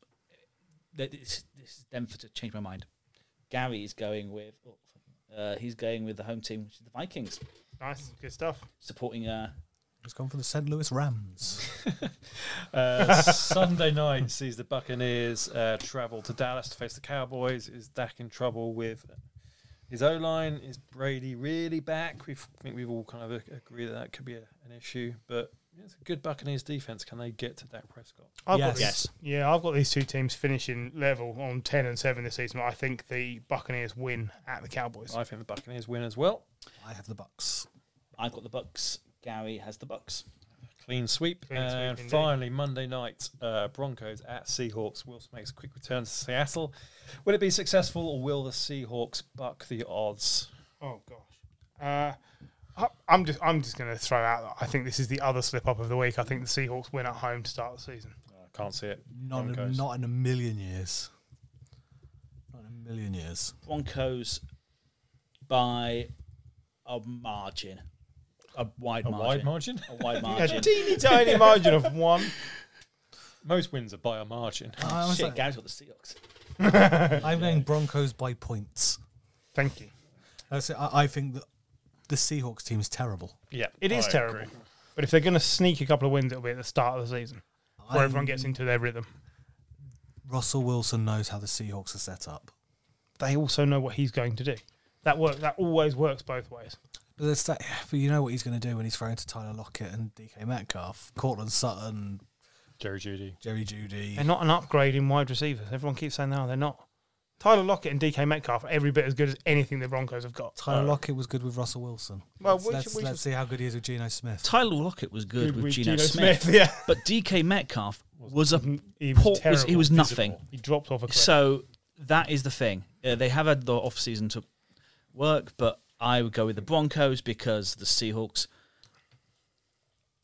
B: That- This, this is them for to change my mind. Gary is going with. Uh, he's going with the home team, which is the Vikings,
C: Nice. Good stuff.
B: supporting. Uh,
D: He's gone for the St. Louis Rams.
A: Uh, Sunday night sees the Buccaneers uh, travel to Dallas to face the Cowboys. Is Dak in trouble with his O line? Is Brady really back? We think we've all kind of ag- agreed that that could be a, an issue, but it's a good Buccaneers defense. Can they get to Dak Prescott?
C: I've
D: Yes.
C: Got
B: Yes.
C: these, yeah, I've got these two teams finishing level on ten and seven this season. I think the Buccaneers win at the Cowboys.
A: I think the Buccaneers win as well.
D: I have the Bucks.
B: I've got the Bucks. Gary has the Bucks.
A: Clean sweep.
C: Clean sweep
A: and
C: indeed.
A: finally, Monday night, uh, Broncos at Seahawks. Wilson makes a quick return to Seattle. Will it be successful or will the Seahawks buck the odds?
C: Oh gosh. Uh, I, I'm just I'm just going to throw out. that I think this is the other slip up of the week. I think the Seahawks win at home to start the season.
A: I can't see it.
D: Not, in a,
A: Broncos.
D: not in a million years. Not in a million years.
B: Broncos by a margin, a wide
A: A
B: margin,
A: wide margin?
B: a wide
C: A
B: margin.
C: teeny tiny margin of one.
A: Most wins are by a margin.
D: I was
B: Shit,
D: like-
B: Gary's got the Seahawks.
D: I'm going Broncos by points.
C: Thank you.
D: That's it. I, I think that the Seahawks team is terrible.
A: Yeah,
C: It is
A: I
C: terrible.
A: agree.
C: But if they're going to sneak a couple of wins, it'll be at the start of the season before everyone gets into their rhythm.
D: Russell Wilson knows how the Seahawks are set up.
C: They also know what he's going to do. That work that always works both ways.
D: But, it's that, but you know what he's going to do when he's throwing to Tyler Lockett and DK Metcalf, Cortland Sutton,
A: Jerry Judy.
D: Jerry Judy.
C: They're not an upgrade in wide receivers. Everyone keeps saying, no, they're not. Tyler Lockett and DK Metcalf are every bit as good as anything the Broncos have got. Uh,
D: Tyler Lockett was good with Russell Wilson.
C: Well,
D: let's,
C: we
D: let's,
C: should- we
D: let's see how good he is with Geno Smith.
B: Tyler Lockett was good, with, Geno, Smith,
C: Yeah.
B: but DK Metcalf was a
C: He
B: Port was- he was nothing.
C: Visible. He dropped off a cliff.
B: So that is the thing. Uh, they have had the off season to work, but I would go with the Broncos because the Seahawks.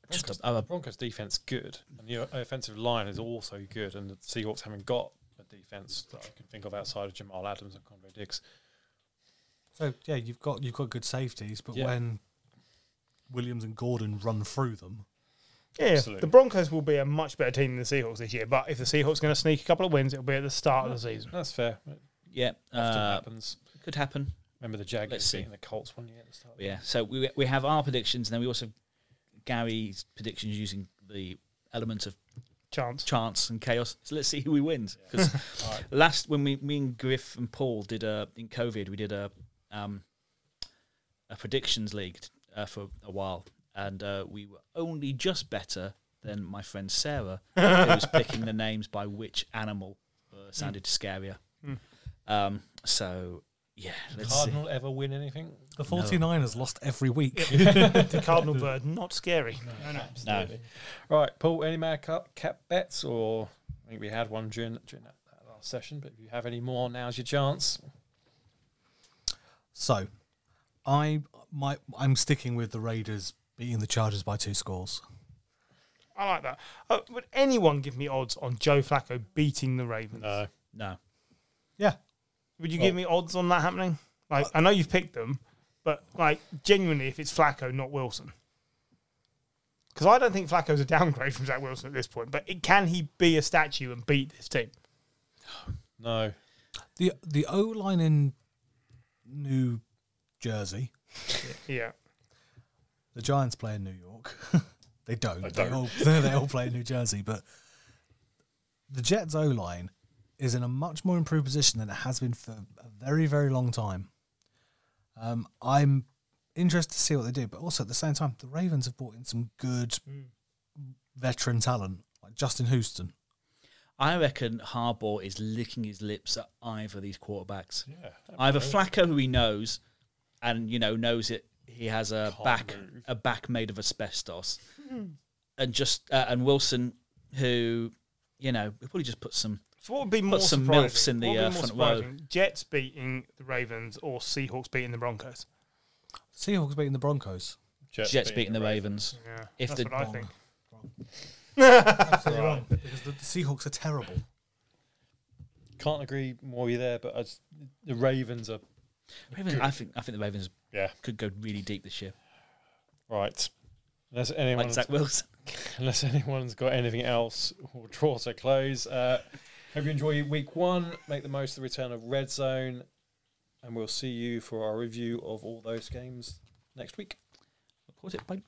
B: Just
A: Broncos,
B: a, a-
A: Broncos defense good, and the offensive line is also good, and the Seahawks haven't got a defense that I can think of outside of Jamal Adams and Conrad Diggs.
D: So yeah, you've got you've got good safeties, but
A: Yeah.
D: when Williams and Gordon run through them,
C: Yeah,
A: Absolutely.
C: the Broncos will be a much better team than the Seahawks this year. But if the Seahawks are going to sneak a couple of wins, it'll be at the start of the season.
A: That's fair. It
B: yeah,
A: often
B: uh,
A: happens.
B: could happen.
A: Remember the Jaguars
B: let's see.
A: beating the Colts one year at the start.
B: But yeah, so we we have our predictions, and then we also have Gary's predictions using the element of
C: Chance.
B: chance and chaos. So let's see who we wins. 'Cause
A: All right.
B: last when we me and Griff and Paul did a in COVID, we did a um, a predictions league uh, for a while, and uh, we were only just better than my friend Sarah, who was picking the names by which animal
A: Hmm.
B: uh, sounded scarier.
C: Mm.
B: Um, so yeah, let's see.
A: Cardinal ever win anything?
D: the 49ers lost every week.
C: the Cardinal bird, not scary. No, no.
A: Absolutely. Right, Paul, any mad cap, cap bets? Or I think we had one during, during that, that last session, but if you have any more, now's your chance.
D: So, I my I'm sticking with the Raiders beating the Chargers by two scores.
C: I like that. Uh, would anyone give me odds on Joe Flacco beating the Ravens?
B: No,
D: Yeah,
C: Would you give me odds on that happening? Like, I know you've picked them, but like genuinely, if it's Flacco, not Wilson, because I don't think Flacco's a downgrade from Zach Wilson at this point. But it, can he be a statue and beat this team?
A: No.
D: the the O line in New Jersey,
C: Yeah,
D: the Giants play in New York. they don't.
A: They
D: They,
A: don't.
D: all, they all play in New Jersey, but the Jets O line is in a much more improved position than it has been for a very very long time. Um, I'm interested to see what they do, but also at the same time, the Ravens have brought in some good veteran talent like Justin Houston.
B: I reckon Harbaugh is licking his lips at either of these quarterbacks.
A: Yeah.
B: either Flacco, who he knows, and you know knows it. He has a
A: Can't
B: back
A: move.
B: a back made of asbestos, and just uh, and Wilson, who you know he probably just put some.
C: So what would be more
B: some
C: surprising?
B: milfs in the,
C: What would be
B: uh,
C: more
B: front row.
C: surprising? Jets beating the Ravens or Seahawks beating the Broncos?
D: Seahawks beating the Broncos.
B: Jets, beating the Ravens.
C: Yeah,
B: If
C: that's
B: the-
C: what I think.
D: Absolutely wrong. Because the, the Seahawks are terrible.
A: Can't agree more with you there, but I just, the Ravens are.
B: Ravens I think I think the Ravens
A: Yeah.
B: could go really deep this year,
A: Right. Unless anyone
B: like Zach Wilson.
A: unless anyone's got anything else, we'll draw to close. Uh, hope you enjoy week one. Make the most of the return of Red Zone, and we'll see you for our review of all those games next week.
B: What was it? Bye.